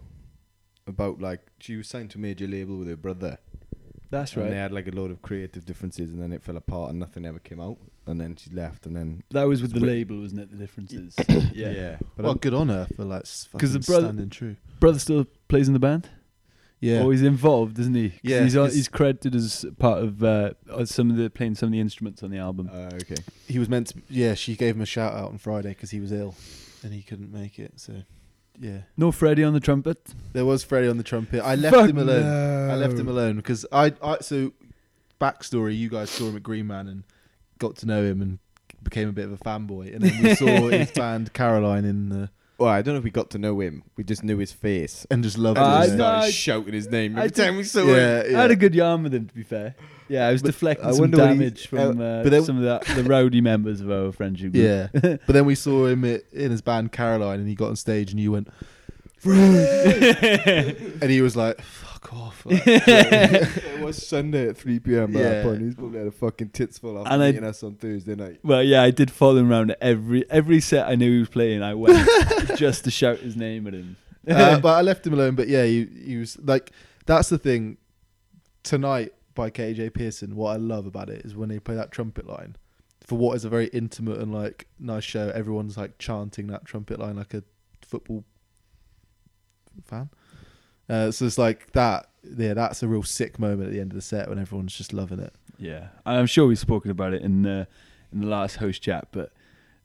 Speaker 3: about like she was signed to a major label with her brother.
Speaker 2: That's
Speaker 3: and
Speaker 2: right.
Speaker 3: they had like a load of creative differences, and then it fell apart, and nothing ever came out. And then she left, and then
Speaker 2: That was with the
Speaker 3: Swi-
Speaker 2: label, wasn't it? The differences.
Speaker 3: yeah, But
Speaker 4: Well,
Speaker 3: I'm-
Speaker 4: good on her for like because
Speaker 2: the
Speaker 4: the
Speaker 2: brother-
Speaker 4: brother standing true.
Speaker 2: Brother still plays in the band.
Speaker 4: Yeah,
Speaker 2: Or Oh, he's involved, isn't he? 'Cause
Speaker 4: Yeah,
Speaker 2: He's, on,
Speaker 4: he's-
Speaker 2: he's credited as part of uh, uh, some of the playing some of the instruments on the album.
Speaker 3: uh, okay.
Speaker 4: he was meant to. Yeah, she gave him a shout out on Friday because he was ill and he couldn't make it. So, yeah,
Speaker 2: no Freddie on the trumpet.
Speaker 4: there was Freddie on the trumpet. I left
Speaker 2: Fuck
Speaker 4: him alone.
Speaker 2: no.
Speaker 4: I left
Speaker 3: Oh.
Speaker 4: him alone because I, I so backstory. You guys saw him at Green Man and got to know him and became a bit of a fanboy. And then we saw his band Caroline in the
Speaker 3: Well, I don't know if we got to know him. We just knew his face.
Speaker 4: and just loved
Speaker 2: Uh,
Speaker 4: it.
Speaker 3: and
Speaker 2: I-
Speaker 3: just
Speaker 2: no,
Speaker 3: started
Speaker 2: I-
Speaker 3: shouting his name
Speaker 2: I
Speaker 3: every
Speaker 2: did-
Speaker 3: time we saw him.
Speaker 4: yeah,
Speaker 2: I had
Speaker 4: yeah.
Speaker 2: a good yarn with him, to be fair. Yeah, I was deflecting
Speaker 4: I
Speaker 2: some
Speaker 4: wonder what he-
Speaker 2: damage from uh,
Speaker 4: but then-
Speaker 2: some of the, the rowdy members of our friendship group.
Speaker 4: yeah. But then we saw him i in his band Caroline, and he got on stage, and you went, "Fred," and he was like, "Fuck fuck off. like,
Speaker 3: it was Sunday at 3 p.m. By
Speaker 4: Yeah.
Speaker 3: that point. He's probably had a fucking tits full after
Speaker 2: And I-
Speaker 3: meeting us on Thursday night.
Speaker 2: Well, yeah, I did follow him around every every set I knew he was playing. I went just to shout his name at him.
Speaker 4: uh, but I left him alone. But yeah, he, he was like, that's the thing. Tonight by KJ Pearson, what I love about it is when they play that trumpet line for what is a very intimate and like nice show. Everyone's like chanting that trumpet line like a football fan. Uh, so it's like that. Yeah, that's a real sick moment at the end of the set when everyone's just loving it.
Speaker 2: Yeah, and I'm sure we've spoken about it in the in the last host chat, but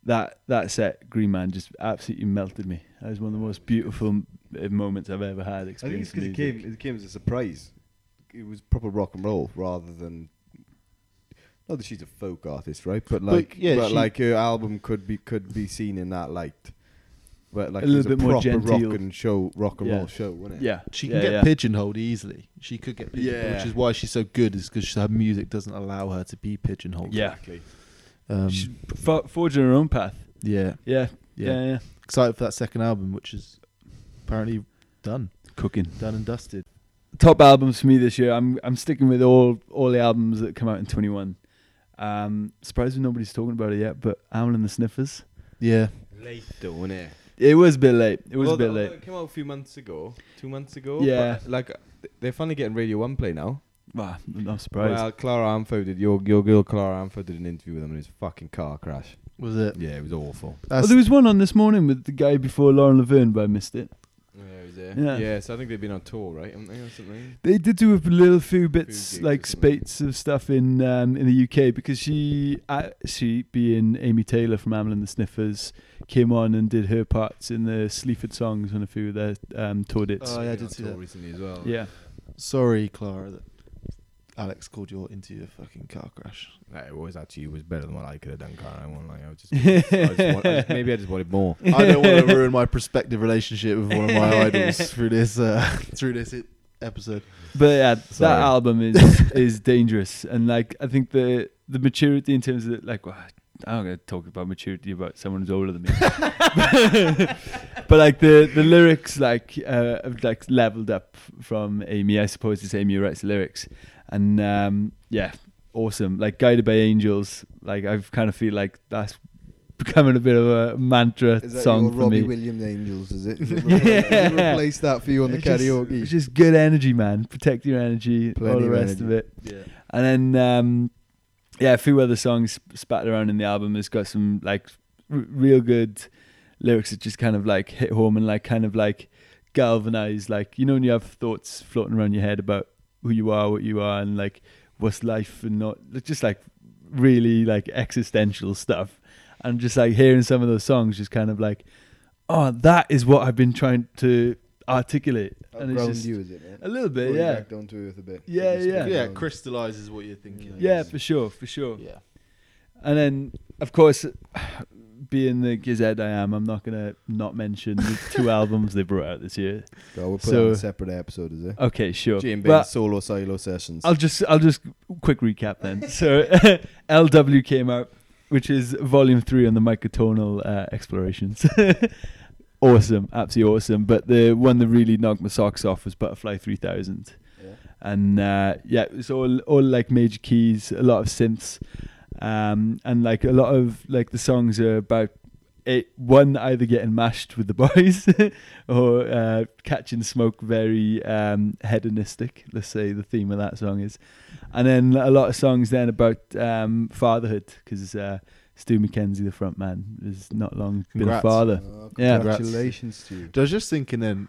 Speaker 2: that that set Green Man just absolutely melted me. That was one of the most beautiful uh, moments I've ever had.
Speaker 3: I think it's
Speaker 2: experiencing
Speaker 3: because it
Speaker 2: music.
Speaker 3: came, it came as a surprise. It was proper rock and roll rather than. Not that she's a folk artist, right? But like, but,
Speaker 4: yeah, she-
Speaker 3: like her album could be could be seen in that light. But like,
Speaker 2: A little
Speaker 3: it was
Speaker 2: bit more
Speaker 3: proper
Speaker 2: genteel.
Speaker 3: rock and show, rock and
Speaker 2: Yeah.
Speaker 3: roll show, wasn't it?
Speaker 2: Yeah,
Speaker 4: She
Speaker 2: yeah,
Speaker 4: can get
Speaker 2: yeah.
Speaker 4: pigeonholed easily. She could get pigeonholed,
Speaker 3: Yeah.
Speaker 4: which is why she's so good. Is because her music doesn't allow her to be pigeonholed.
Speaker 2: Yeah.
Speaker 3: Exactly.
Speaker 4: um,
Speaker 2: She's for, forging her own path.
Speaker 4: yeah,
Speaker 2: Yeah,
Speaker 4: yeah.
Speaker 2: yeah, yeah,
Speaker 4: excited for that second album, which is apparently done,
Speaker 2: cooking.
Speaker 4: done and dusted.
Speaker 2: top albums for me this year. I'm I'm sticking with all all the albums that come out in 21. Um, surprised nobody's talking about it yet, but Amel and the Sniffers.
Speaker 4: Yeah,
Speaker 3: Late though, wasn't it?
Speaker 2: It was a bit late. It was a bit
Speaker 3: th-
Speaker 2: late.
Speaker 3: It came out a few months ago, two months ago.
Speaker 2: Yeah.
Speaker 3: but, like th- they're finally getting Radio One play now.
Speaker 2: Wow, I'm surprised.
Speaker 3: Well, Clara Amfo did your your girl Clara Amfo did an interview with them in his fucking car crash.
Speaker 4: was it?
Speaker 3: Yeah, it was awful.
Speaker 2: oh,
Speaker 4: That's,
Speaker 2: there was one on this morning with the guy before Lauren Laverne, but I missed it.
Speaker 3: Yeah, it was there.
Speaker 2: Yeah.
Speaker 3: Yeah. so I think they've been on tour, right? Haven't they or something?
Speaker 2: They did do a little few bits,
Speaker 3: gigs or
Speaker 2: like
Speaker 3: something.
Speaker 2: spates of stuff in um, in the UK because she, uh, she being Amy Taylor from Amel and the Sniffers, came on and did her parts in the Sleaford songs on a few of their um, tour dates.
Speaker 4: Oh, yeah, I
Speaker 3: They've been
Speaker 4: did
Speaker 3: on
Speaker 4: see
Speaker 3: tour
Speaker 4: that.
Speaker 3: recently as well.
Speaker 2: yeah.
Speaker 4: sorry, Clara, that Alex called you into a fucking car crash.
Speaker 3: Nah, it was actually it was better than what I could have done. Clara, I won't lie. I was just, I just want, I just- maybe I just wanted more.
Speaker 4: I don't want to ruin my prospective relationship with one of my idols through this uh, through this i- episode.
Speaker 2: But yeah, that
Speaker 3: Sorry.
Speaker 2: album is is dangerous, and like I think the the maturity in terms of like well, I'm not gonna talk about maturity about someone who's older than me, but like the the lyrics like uh, have like leveled up from Amy. I suppose it's Amy who writes the lyrics, and um, yeah, awesome. Like guided by angels. Like I kind of feel like that's becoming a bit of a mantra song for me.
Speaker 3: Williams Angels? Is it?
Speaker 2: Yeah. replace
Speaker 3: that for you
Speaker 2: It's just- it's just good energy, man. Protect your energy, all
Speaker 3: Plenty
Speaker 2: the
Speaker 3: of
Speaker 2: rest of
Speaker 3: energy.
Speaker 2: it.
Speaker 4: Yeah,
Speaker 2: And then, um, yeah, a few other songs spattered around in the album. It's got some like r- real good lyrics that just kind of like hit home and like kind of like galvanize. Like you know, when you have thoughts floating around your head about who you are, what you are, and like what's life and not just like really like existential stuff. And just like hearing some of those songs, just kind of like, oh, that is what I've been trying to articulate. And it's just
Speaker 3: is it? Man?
Speaker 2: a little bit, yeah,
Speaker 3: down to earth a bit.
Speaker 2: Yeah, Just yeah.
Speaker 4: yeah,
Speaker 2: Yeah.
Speaker 4: crystallizes what you're thinking. I
Speaker 2: yeah,
Speaker 4: guess.
Speaker 2: for sure, for sure.
Speaker 4: yeah.
Speaker 2: And then, of course, being the gazette I am, I'm not gonna not mention the two albums they brought out this year.
Speaker 3: Go, we'll put
Speaker 2: So-
Speaker 3: on a separate episode, is it?
Speaker 2: Okay, sure.
Speaker 3: Jim Bane's
Speaker 2: Well,
Speaker 3: solo silo sessions.
Speaker 2: I'll just I'll just quick recap then. So, LW came out, which is volume three on the microtonal uh, explorations. awesome, absolutely awesome. But the one that really knocked my socks off was Butterfly 3000. and uh, yeah, it was all all like major keys, a lot of synths, um, and like a lot of like the songs are about it one either getting mashed with the boys or uh, catching smoke, very um, hedonistic. Let's say the theme of that song is, and then a lot of songs then about um, fatherhood because uh, Stu McKenzie, the front man, has not long been a
Speaker 4: Congrats.
Speaker 2: father. Yeah.
Speaker 3: Oh, Congratulations to you.
Speaker 4: I was just thinking then,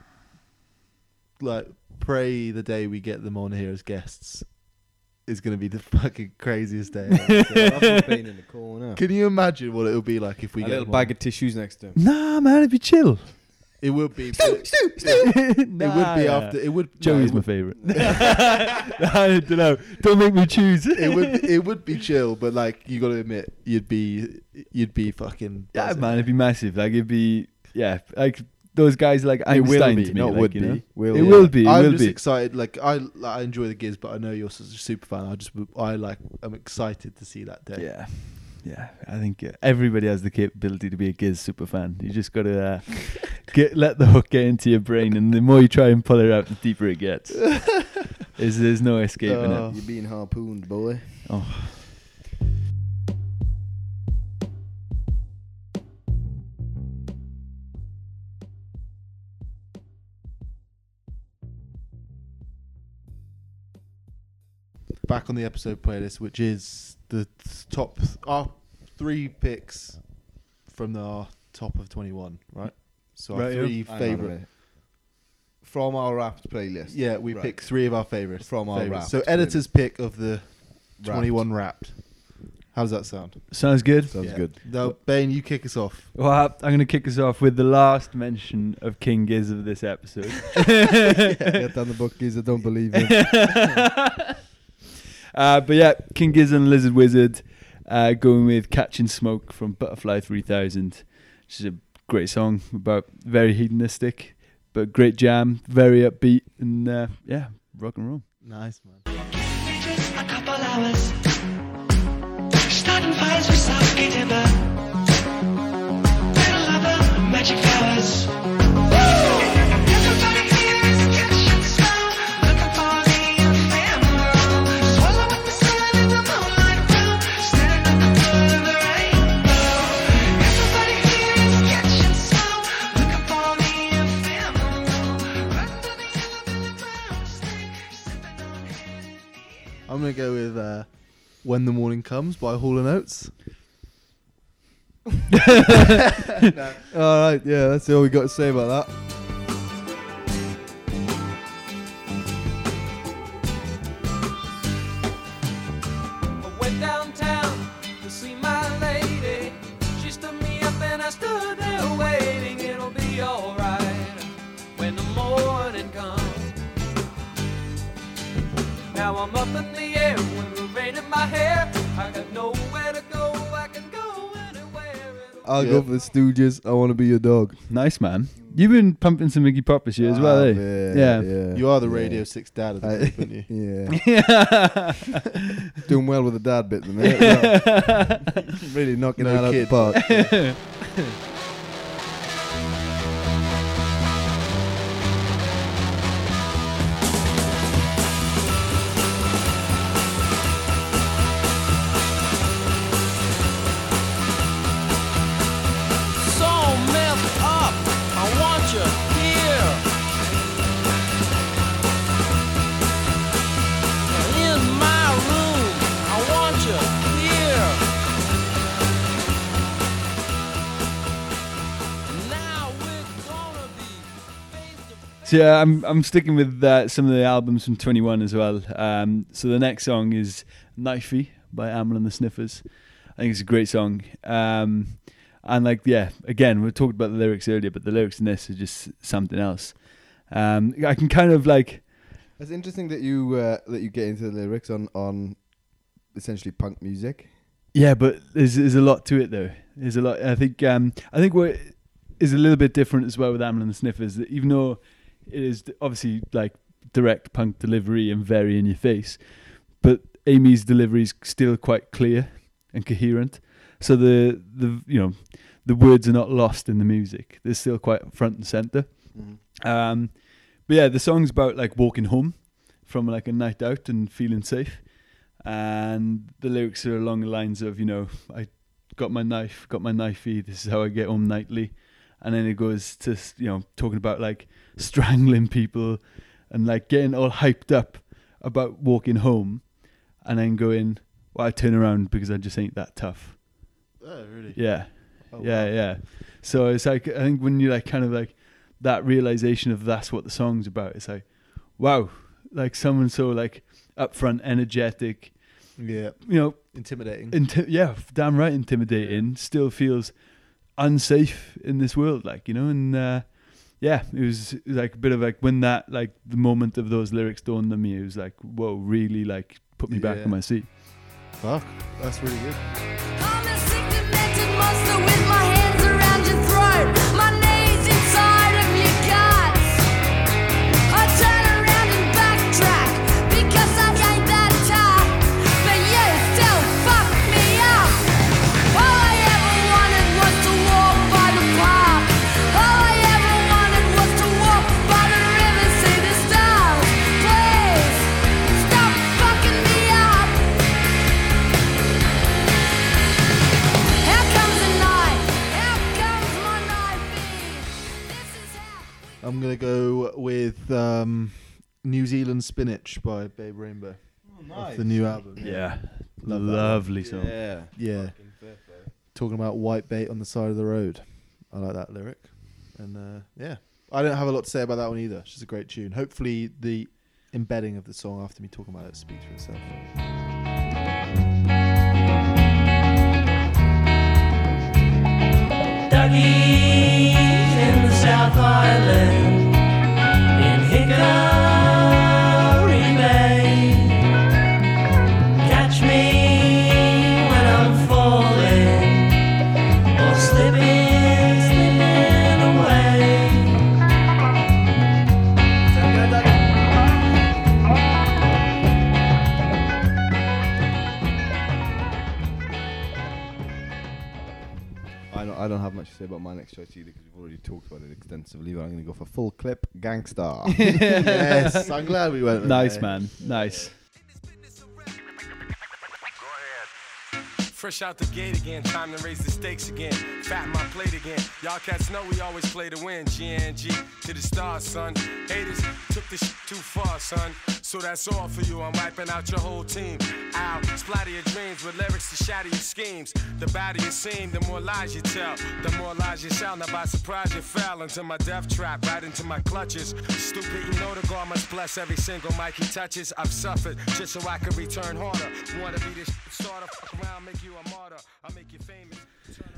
Speaker 4: like, pray the day we get them on here as guests is going to be the fucking craziest day.
Speaker 3: in the corner.
Speaker 4: Can you imagine what it'll be like if we
Speaker 3: a
Speaker 4: get
Speaker 3: little
Speaker 4: them
Speaker 3: bag
Speaker 4: on?
Speaker 3: of tissues next to him.
Speaker 2: Nah, man, it'd be chill.
Speaker 4: It would be. it
Speaker 2: it would
Speaker 4: would be after. It would.
Speaker 2: Joey's
Speaker 4: no,
Speaker 2: my favourite. I don't know. Don't make me choose.
Speaker 4: it would. It would. It would be chill, but like you got to admit, you'd be. You'd be fucking.
Speaker 2: yeah,
Speaker 4: buzzing.
Speaker 2: man, it'd be massive. Like it'd be, yeah, like those guys like Einstein to me.
Speaker 3: not
Speaker 2: like,
Speaker 3: would
Speaker 2: you
Speaker 3: be.
Speaker 2: know?
Speaker 3: Will
Speaker 2: It
Speaker 3: be.
Speaker 2: will be. It
Speaker 4: I'm
Speaker 2: will
Speaker 4: just
Speaker 2: be.
Speaker 4: excited. Like I, like, I enjoy the Giz, but I know you're such a super fan. I just, I like, I'm excited to see that day.
Speaker 2: Yeah, yeah. I think uh, everybody has the capability to be a Giz super fan. You just got to uh, get let the hook get into your brain, and the more you try and pull it out, the deeper it gets. Is there's no escaping Oh,
Speaker 4: Oh.
Speaker 3: You're being harpooned, boy.
Speaker 4: Back on the episode playlist, which is the th- top th- our three picks from the our top of twenty one, right? So our
Speaker 2: Right, yeah.
Speaker 4: three
Speaker 3: Hang on a
Speaker 4: favorite.
Speaker 3: minute. from our Wrapped playlist.
Speaker 4: Yeah, we
Speaker 3: Right.
Speaker 4: picked three of our favorites
Speaker 3: From our
Speaker 4: favorites.
Speaker 3: Wrapped
Speaker 4: So editor's pick of the
Speaker 3: Wrapped.
Speaker 4: twenty one wrapped. How does that sound?
Speaker 2: it. Sounds good.
Speaker 3: Sounds
Speaker 4: Yeah.
Speaker 3: good.
Speaker 4: Now, Bane, you kick us off.
Speaker 2: Well, I- I'm going to kick us off with the last mention of King Giz of this episode.
Speaker 3: Get down the bookies. I don't believe it.
Speaker 2: uh, but yeah, King Giz and Lizard Wizard uh, going with Catching Smoke from Butterfly 3000, which is a great song about very hedonistic, but great jam, very upbeat, and uh, yeah, rock and roll.
Speaker 4: Nice man.
Speaker 5: Just a couple hours. Starting fires with Sasuke Timber. Little lover, magic powers. Everybody here is catching snow. Looking for the ephemeral. Swallow up the sun in the moonlight room. Standing at the foot of the rainbow. Everybody here is catching snow. Looking for the ephemeral. Running to the yellow billy brown snake. Sipping on Hennessy.
Speaker 4: I'm gonna go with uh, "When the Morning Comes" by Hall and Oates.
Speaker 3: All right, yeah, that's all we got to say about that.
Speaker 5: I went downtown to see my lady. She stood me up and I stood there waiting. It'll be alright when the morning comes. Now I'm up in the air, wind rain in my hair. I got nowhere to go, I can go anywhere. It'll
Speaker 3: I'll
Speaker 4: Yeah.
Speaker 3: go for the Stooges. I want to be your dog.
Speaker 2: Nice, man. You've been pumping some Iggy Pop this year as well,
Speaker 3: Ah,
Speaker 2: eh?
Speaker 3: man,
Speaker 2: Yeah.
Speaker 3: yeah.
Speaker 4: You are the
Speaker 3: yeah.
Speaker 4: Radio Six dad of the
Speaker 3: I-
Speaker 4: group, aren't you?
Speaker 3: yeah.
Speaker 2: Yeah.
Speaker 3: Doing well with the dad bit at the minute. as well. really knocking
Speaker 4: No
Speaker 3: that out
Speaker 4: kid.
Speaker 3: of the park.
Speaker 5: so messed up. I want you here. In my room, I want you here. Now we're gonna be face to
Speaker 2: So yeah, I'm I'm sticking with uh, some of the albums from 21 as well. Um, so the next song is "Knifey" by Amel and the Sniffers. I think it's a great song. Um, and like yeah, again we talked about the lyrics earlier, but the lyrics in this are just something else. Um, I can kind of like
Speaker 3: It's interesting that you uh, that you get into the lyrics on on essentially punk music.
Speaker 2: yeah, but there's there's a lot to it though. There's a lot. I think um, I think what is a little bit different as well with Amel and the Sniffers, that even though it is d- obviously like direct punk delivery and very in your face, but Amy's delivery is still quite clear and coherent. So the the you know the words are not lost in the music. They're still quite front and center. Um, but yeah, the song's about like walking home from like a night out and feeling safe. And the lyrics are along the lines of, you know, I got my knife, got my knifey, this is how I get home nightly. And then it goes to, s- you know, talking about like strangling people and like getting all hyped up about walking home and then going, well, I turn around because I just ain't that tough.
Speaker 4: Oh, really? Oh,
Speaker 2: Yeah. yeah, yeah. So it's like I think when you like kind of like that realization of that's what the song's about. It's like, wow, like someone so like upfront, energetic,
Speaker 4: Yeah.
Speaker 2: you know,
Speaker 4: Intimidating.
Speaker 2: inti- yeah, f- damn right, intimidating. Still feels unsafe in this world, like you know, and uh, yeah, it was, it was like a bit of like when that like the moment of those lyrics dawned on me, it was like, whoa, really like put me back
Speaker 4: Yeah.
Speaker 2: in my seat.
Speaker 4: Fuck. That's really good.
Speaker 6: I'm a sick, demented monster with my hands around your throat. My knees inside of your guts. I turn around and backtrack because I ain't that tough. But you still fuck me up. All I ever wanted was to walk by the park. All I ever wanted was to walk by the river, see the stars. Please,
Speaker 4: I'm gonna go with um, New Zealand Spinach by Babe Rainbow. Off the new album.
Speaker 2: Yeah.
Speaker 4: Love that
Speaker 2: Lovely song.
Speaker 3: Yeah.
Speaker 4: Yeah. Talking about white bait on the side of the road. I like that lyric. And uh, yeah, I don't have a lot to say about that one either. It's just a great tune. Hopefully, the embedding of the song after me talking about it speaks for itself.
Speaker 7: Duggies in the South Island, in Hickory Bay. Catch me when I'm falling or slipping, slipping away.
Speaker 3: I don't, I don't have much to say about my next choice either because we've already talked about it extensively. But I'm going to go for full clip Gangstar.
Speaker 4: yes, I'm glad we went. with
Speaker 2: Nice,
Speaker 4: that.
Speaker 2: man. Nice.
Speaker 8: Fresh out the gate again, time to raise the stakes again. Fat my plate again. Y'all cats know we always play to win. GNG to the stars, son. Haters took this shit too far, son. So that's all for you. I'm wiping out your whole team. Ow, splatter your dreams with lyrics to shatter your schemes. The badder you seem, the more lies you tell. The more lies you sound. Now by surprise you fell into my death trap, right into my clutches. Stupid, you know the God must bless every single mic he touches. I've suffered just so I can return harder. Wanna be this shit starter? Fuck around, make you a martyr. I make you famous.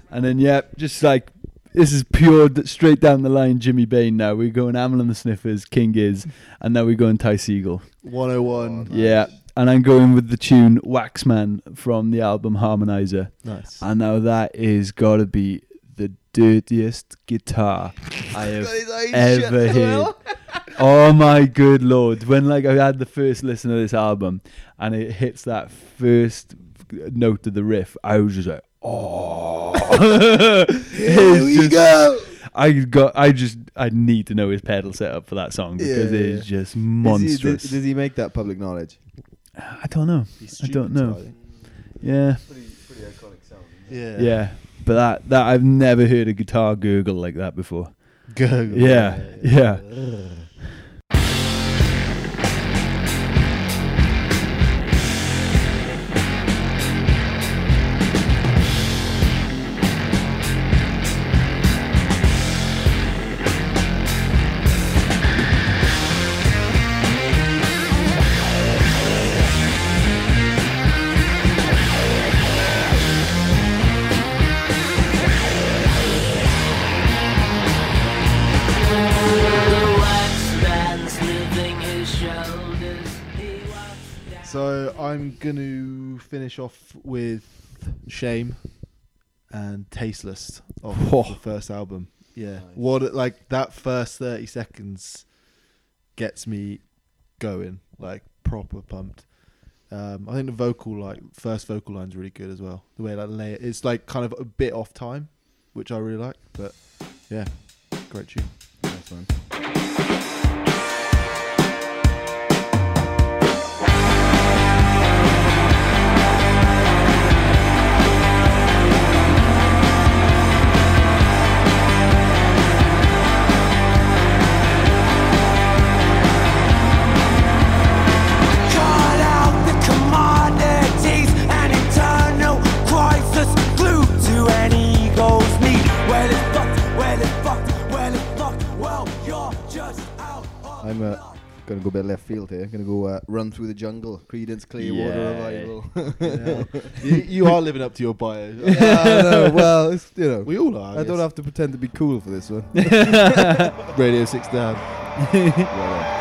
Speaker 2: And then yeah, just like this is pure d- straight down the line Jimmy Bain now. We're going Amel and the Sniffers, King is, and now we're going Ty Siegel.
Speaker 4: 101.
Speaker 2: Oh, Yeah. And I'm going with the tune Waxman from the album Harmonizer.
Speaker 4: Nice.
Speaker 2: And now that is gotta be the dirtiest guitar I have ever heard. oh my good lord. When like I had the first listen to this album and it hits that first note of the riff, I was just like, oh Here we go. I got I just I need to know his pedal setup for that song because
Speaker 3: Yeah,
Speaker 2: it
Speaker 3: yeah,
Speaker 2: is just
Speaker 3: Is he-
Speaker 2: monstrous.
Speaker 3: does, does he make that public knowledge?
Speaker 2: I don't know. I don't know. Yeah,
Speaker 3: Pretty, pretty iconic sound.
Speaker 4: Yeah.
Speaker 2: yeah. But that that I've never heard a guitar gurgle like that before.
Speaker 4: Go.
Speaker 2: Yeah, yeah.
Speaker 7: The waxman's lifting his shoulders. He walks down.
Speaker 4: So I'm gonna finish off with Shame and Tasteless of the first album. Yeah, what like that first thirty seconds gets me going, like proper pumped. Um, I think the vocal, like first vocal line's really good as well. The way like lay it's like kind of a bit off time, which I really like. But yeah, great tune.
Speaker 3: Nice man.
Speaker 9: Cut out the commodities and eternal crisis glued to an ego's knee. Well, it's fucked, well, it's fucked, well, it's fucked. Well, you're just out of
Speaker 3: I'm uh,
Speaker 9: luck.
Speaker 3: going to go a bit left field here. going to go uh, Run Through the Jungle, Credence Clearwater
Speaker 2: Yeah.
Speaker 3: Revival.
Speaker 4: you, you are living up to your bio.
Speaker 3: I know, well, it's, you know,
Speaker 4: we all are.
Speaker 3: I don't have to pretend to be cool for this one.
Speaker 4: have Radio Six Down.
Speaker 3: Yeah.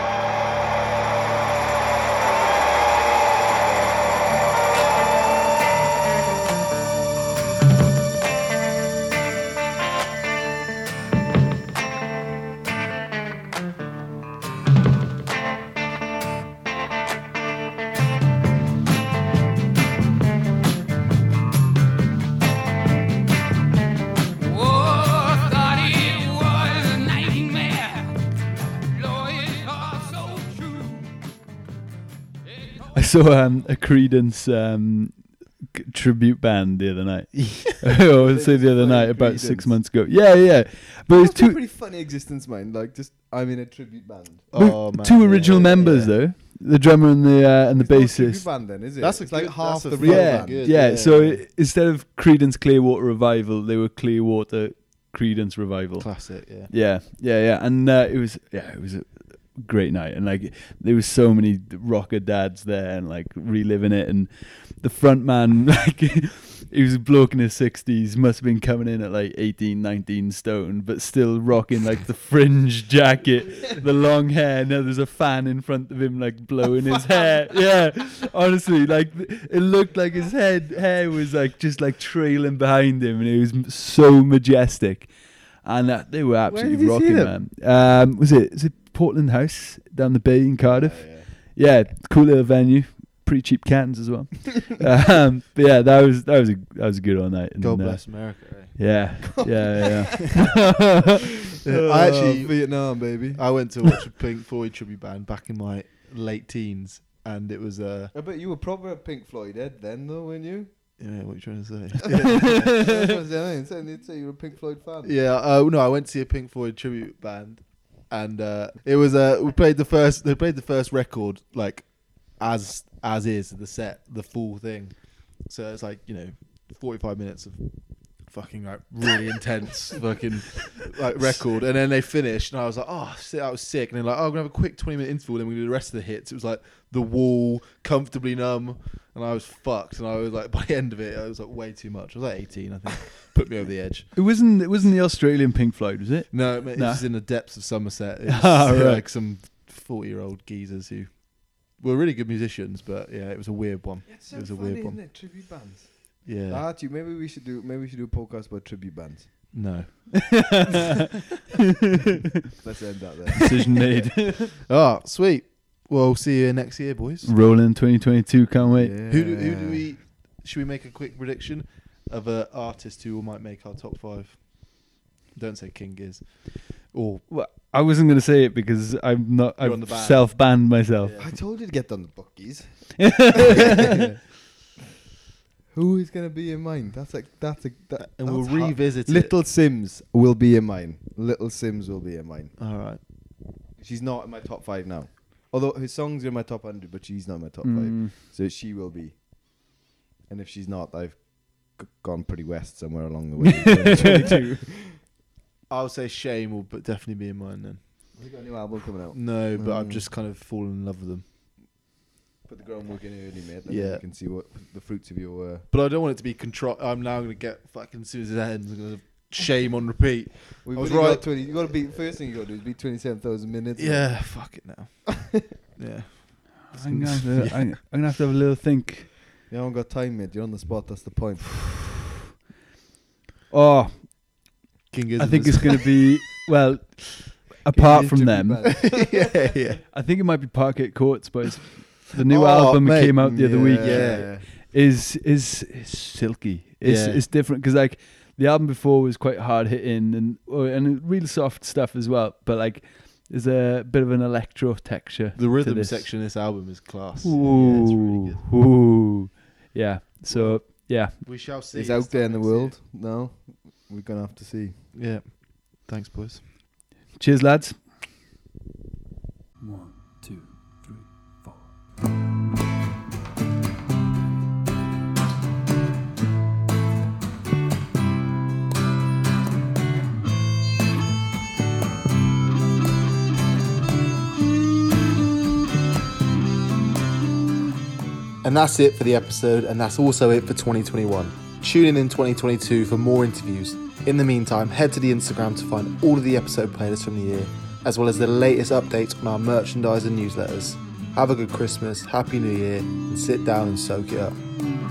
Speaker 2: I saw um, a Credence um, rock tribute band the other night. I would say the other night, about six months ago. Yeah, yeah. But
Speaker 4: Oh,
Speaker 2: it's
Speaker 3: That's a
Speaker 2: two
Speaker 3: pretty funny existence, man. Like, just I'm in a tribute band.
Speaker 2: but
Speaker 4: Oh, man,
Speaker 2: two
Speaker 4: yeah,
Speaker 2: original
Speaker 4: yeah,
Speaker 2: members
Speaker 4: yeah.
Speaker 2: though, the drummer and the uh, and the
Speaker 3: It's not a tribute
Speaker 2: bassist.
Speaker 3: band, then, is it?
Speaker 4: That's a
Speaker 3: It's like
Speaker 4: good-
Speaker 3: half
Speaker 4: that's a
Speaker 3: the
Speaker 4: full
Speaker 3: real
Speaker 2: Yeah,
Speaker 3: band.
Speaker 4: good,
Speaker 2: yeah.
Speaker 4: yeah.
Speaker 2: So i- instead of Creedence Clearwater Revival, they were Clearwater Creedence Revival.
Speaker 4: Classic, yeah.
Speaker 2: Yeah, yeah, yeah. And uh, it was yeah, it was a great night. And like there was so many rocker dads there and like reliving it and the front man like he was a bloke in his 60s must have been coming in at like 18 19 stone but still rocking like the fringe jacket the long hair now there's a fan in front of him like blowing his hair yeah honestly like th- it looked like his head hair was like just like trailing behind him and it was m- so majestic and uh, they were
Speaker 3: did
Speaker 2: absolutely
Speaker 3: you see
Speaker 2: rocking man um was it is it portland house down the bay in cardiff yeah, cool little venue. Pretty cheap cans as well. um, but yeah, that was that was a that was a good all night. And,
Speaker 4: God
Speaker 2: uh,
Speaker 4: bless America. eh?
Speaker 2: Yeah, yeah, yeah.
Speaker 4: Yeah, Uh, I actually-
Speaker 3: Uh, Vietnam, baby.
Speaker 4: I went to watch a Pink Floyd tribute band back in my late teens, and it was uh,
Speaker 3: I bet you were proper a Pink Floyd head then, though, weren't you?
Speaker 4: yeah, what are you trying to say?
Speaker 3: I was trying to say, I didn't say- I didn't say you were a Pink Floyd fan.
Speaker 4: yeah, uh, no, I went to see a Pink Floyd tribute band, and uh, it was uh, we played the first. They played the first record like as as is the set, the full thing. So it's like you know, forty five minutes of fucking like really intense fucking like record, and then they finished, and I was like, oh, shit, that was sick. And they're like, oh, we're gonna have a quick twenty minute interval, then we are gonna do the rest of the hits. It was like the wall, comfortably numb, and I was fucked. And I was like, by the end of it, I was like way too much. I was like eighteen, I think, put me over the edge.
Speaker 2: it wasn't it wasn't the Australian Pink Floyd, was it?
Speaker 4: No, it
Speaker 2: Nah.
Speaker 4: was in the depths of Somerset. It was
Speaker 2: Ah, right.
Speaker 4: like some forty-year-old geezers who were really good musicians, but yeah, it was a weird one.
Speaker 3: It's
Speaker 4: It was a weird one.
Speaker 3: it? Tribute bands.
Speaker 4: Yeah,
Speaker 2: Ah.
Speaker 3: I had you. Ah, Maybe we should do. Maybe we should do a podcast about tribute bands.
Speaker 4: no.
Speaker 3: Let's end that there.
Speaker 2: Decision made. Ah,
Speaker 4: Oh, sweet. Well, see you next year, boys.
Speaker 2: Rolling 2022, can't wait.
Speaker 4: Mm. Who do, who do we? Should we make a quick prediction of an artist who might make our top five? Don't say King Giz. Or
Speaker 2: Well, I wasn't gonna say it because I'm not.
Speaker 4: You're on the
Speaker 2: I've
Speaker 4: ban.
Speaker 2: self banned myself.
Speaker 3: I told you to get down the bookies. Who is gonna be in mine? That's like that's a that,
Speaker 4: and we'll
Speaker 3: that's hard.
Speaker 4: revisit
Speaker 3: Little Sims will be in mine. Little Sims will be in mine.
Speaker 4: It. All right.
Speaker 3: She's not in my top five now. Although her songs are in my top hundred, but she's not in my top
Speaker 2: Mm.
Speaker 3: five. So she will be. And if she's not, I've g- gone pretty west somewhere along the way.
Speaker 4: I'll say Shame will, but definitely be in mine then.
Speaker 3: we got a new album coming out.
Speaker 4: No, but I've
Speaker 3: Mm.
Speaker 4: just kind of fallen in love with them.
Speaker 3: Put the groundwork in early, mate. and
Speaker 4: Yeah.
Speaker 3: You can see what the fruits of your. Uh,
Speaker 4: But I don't want it to be control. I'm now going to get fucking as soon as it ends, I'm going to shame on repeat.
Speaker 3: We've
Speaker 4: I was
Speaker 3: already got
Speaker 4: right.
Speaker 3: 20, you got to be first thing you got to do is be twenty-seven thousand minutes.
Speaker 4: Yeah, fuck it now. yeah.
Speaker 2: I'm, gonna have to, I'm, I'm gonna have to have a little think.
Speaker 3: You haven't got time, mate. You're on the spot. That's the point.
Speaker 2: Oh,
Speaker 4: King
Speaker 2: I think it's gonna be well. Apart from them,
Speaker 4: yeah, yeah.
Speaker 2: I think it might be Parkett Courts, but the new
Speaker 4: Oh,
Speaker 2: album that
Speaker 4: mate,
Speaker 2: came out the other week.
Speaker 4: Yeah.
Speaker 2: Is is is silky. It's
Speaker 4: Yeah.
Speaker 2: it's different because like the album before was quite hard hitting and oh, and real soft stuff as well. But like there's a bit of an electro texture.
Speaker 4: The rhythm
Speaker 2: this.
Speaker 4: section of this album is class. Yeah, it's really
Speaker 2: Ooh, yeah,
Speaker 4: good.
Speaker 2: ooh, yeah. So yeah,
Speaker 4: We shall see.
Speaker 3: It's
Speaker 4: this
Speaker 3: out there in
Speaker 4: time
Speaker 3: the
Speaker 4: next year.
Speaker 3: world now. We're gonna have to see.
Speaker 4: Yeah. Thanks, boys.
Speaker 2: cheers, lads.
Speaker 1: And that's it for the episode, and that's also it for 2021. Tune in in 2022 for more interviews. In the meantime, head to the Instagram to find all of the episode playlists from the year, as well as the latest updates on our merchandise and newsletters. Have a good Christmas, Happy New Year, and sit down and soak it up.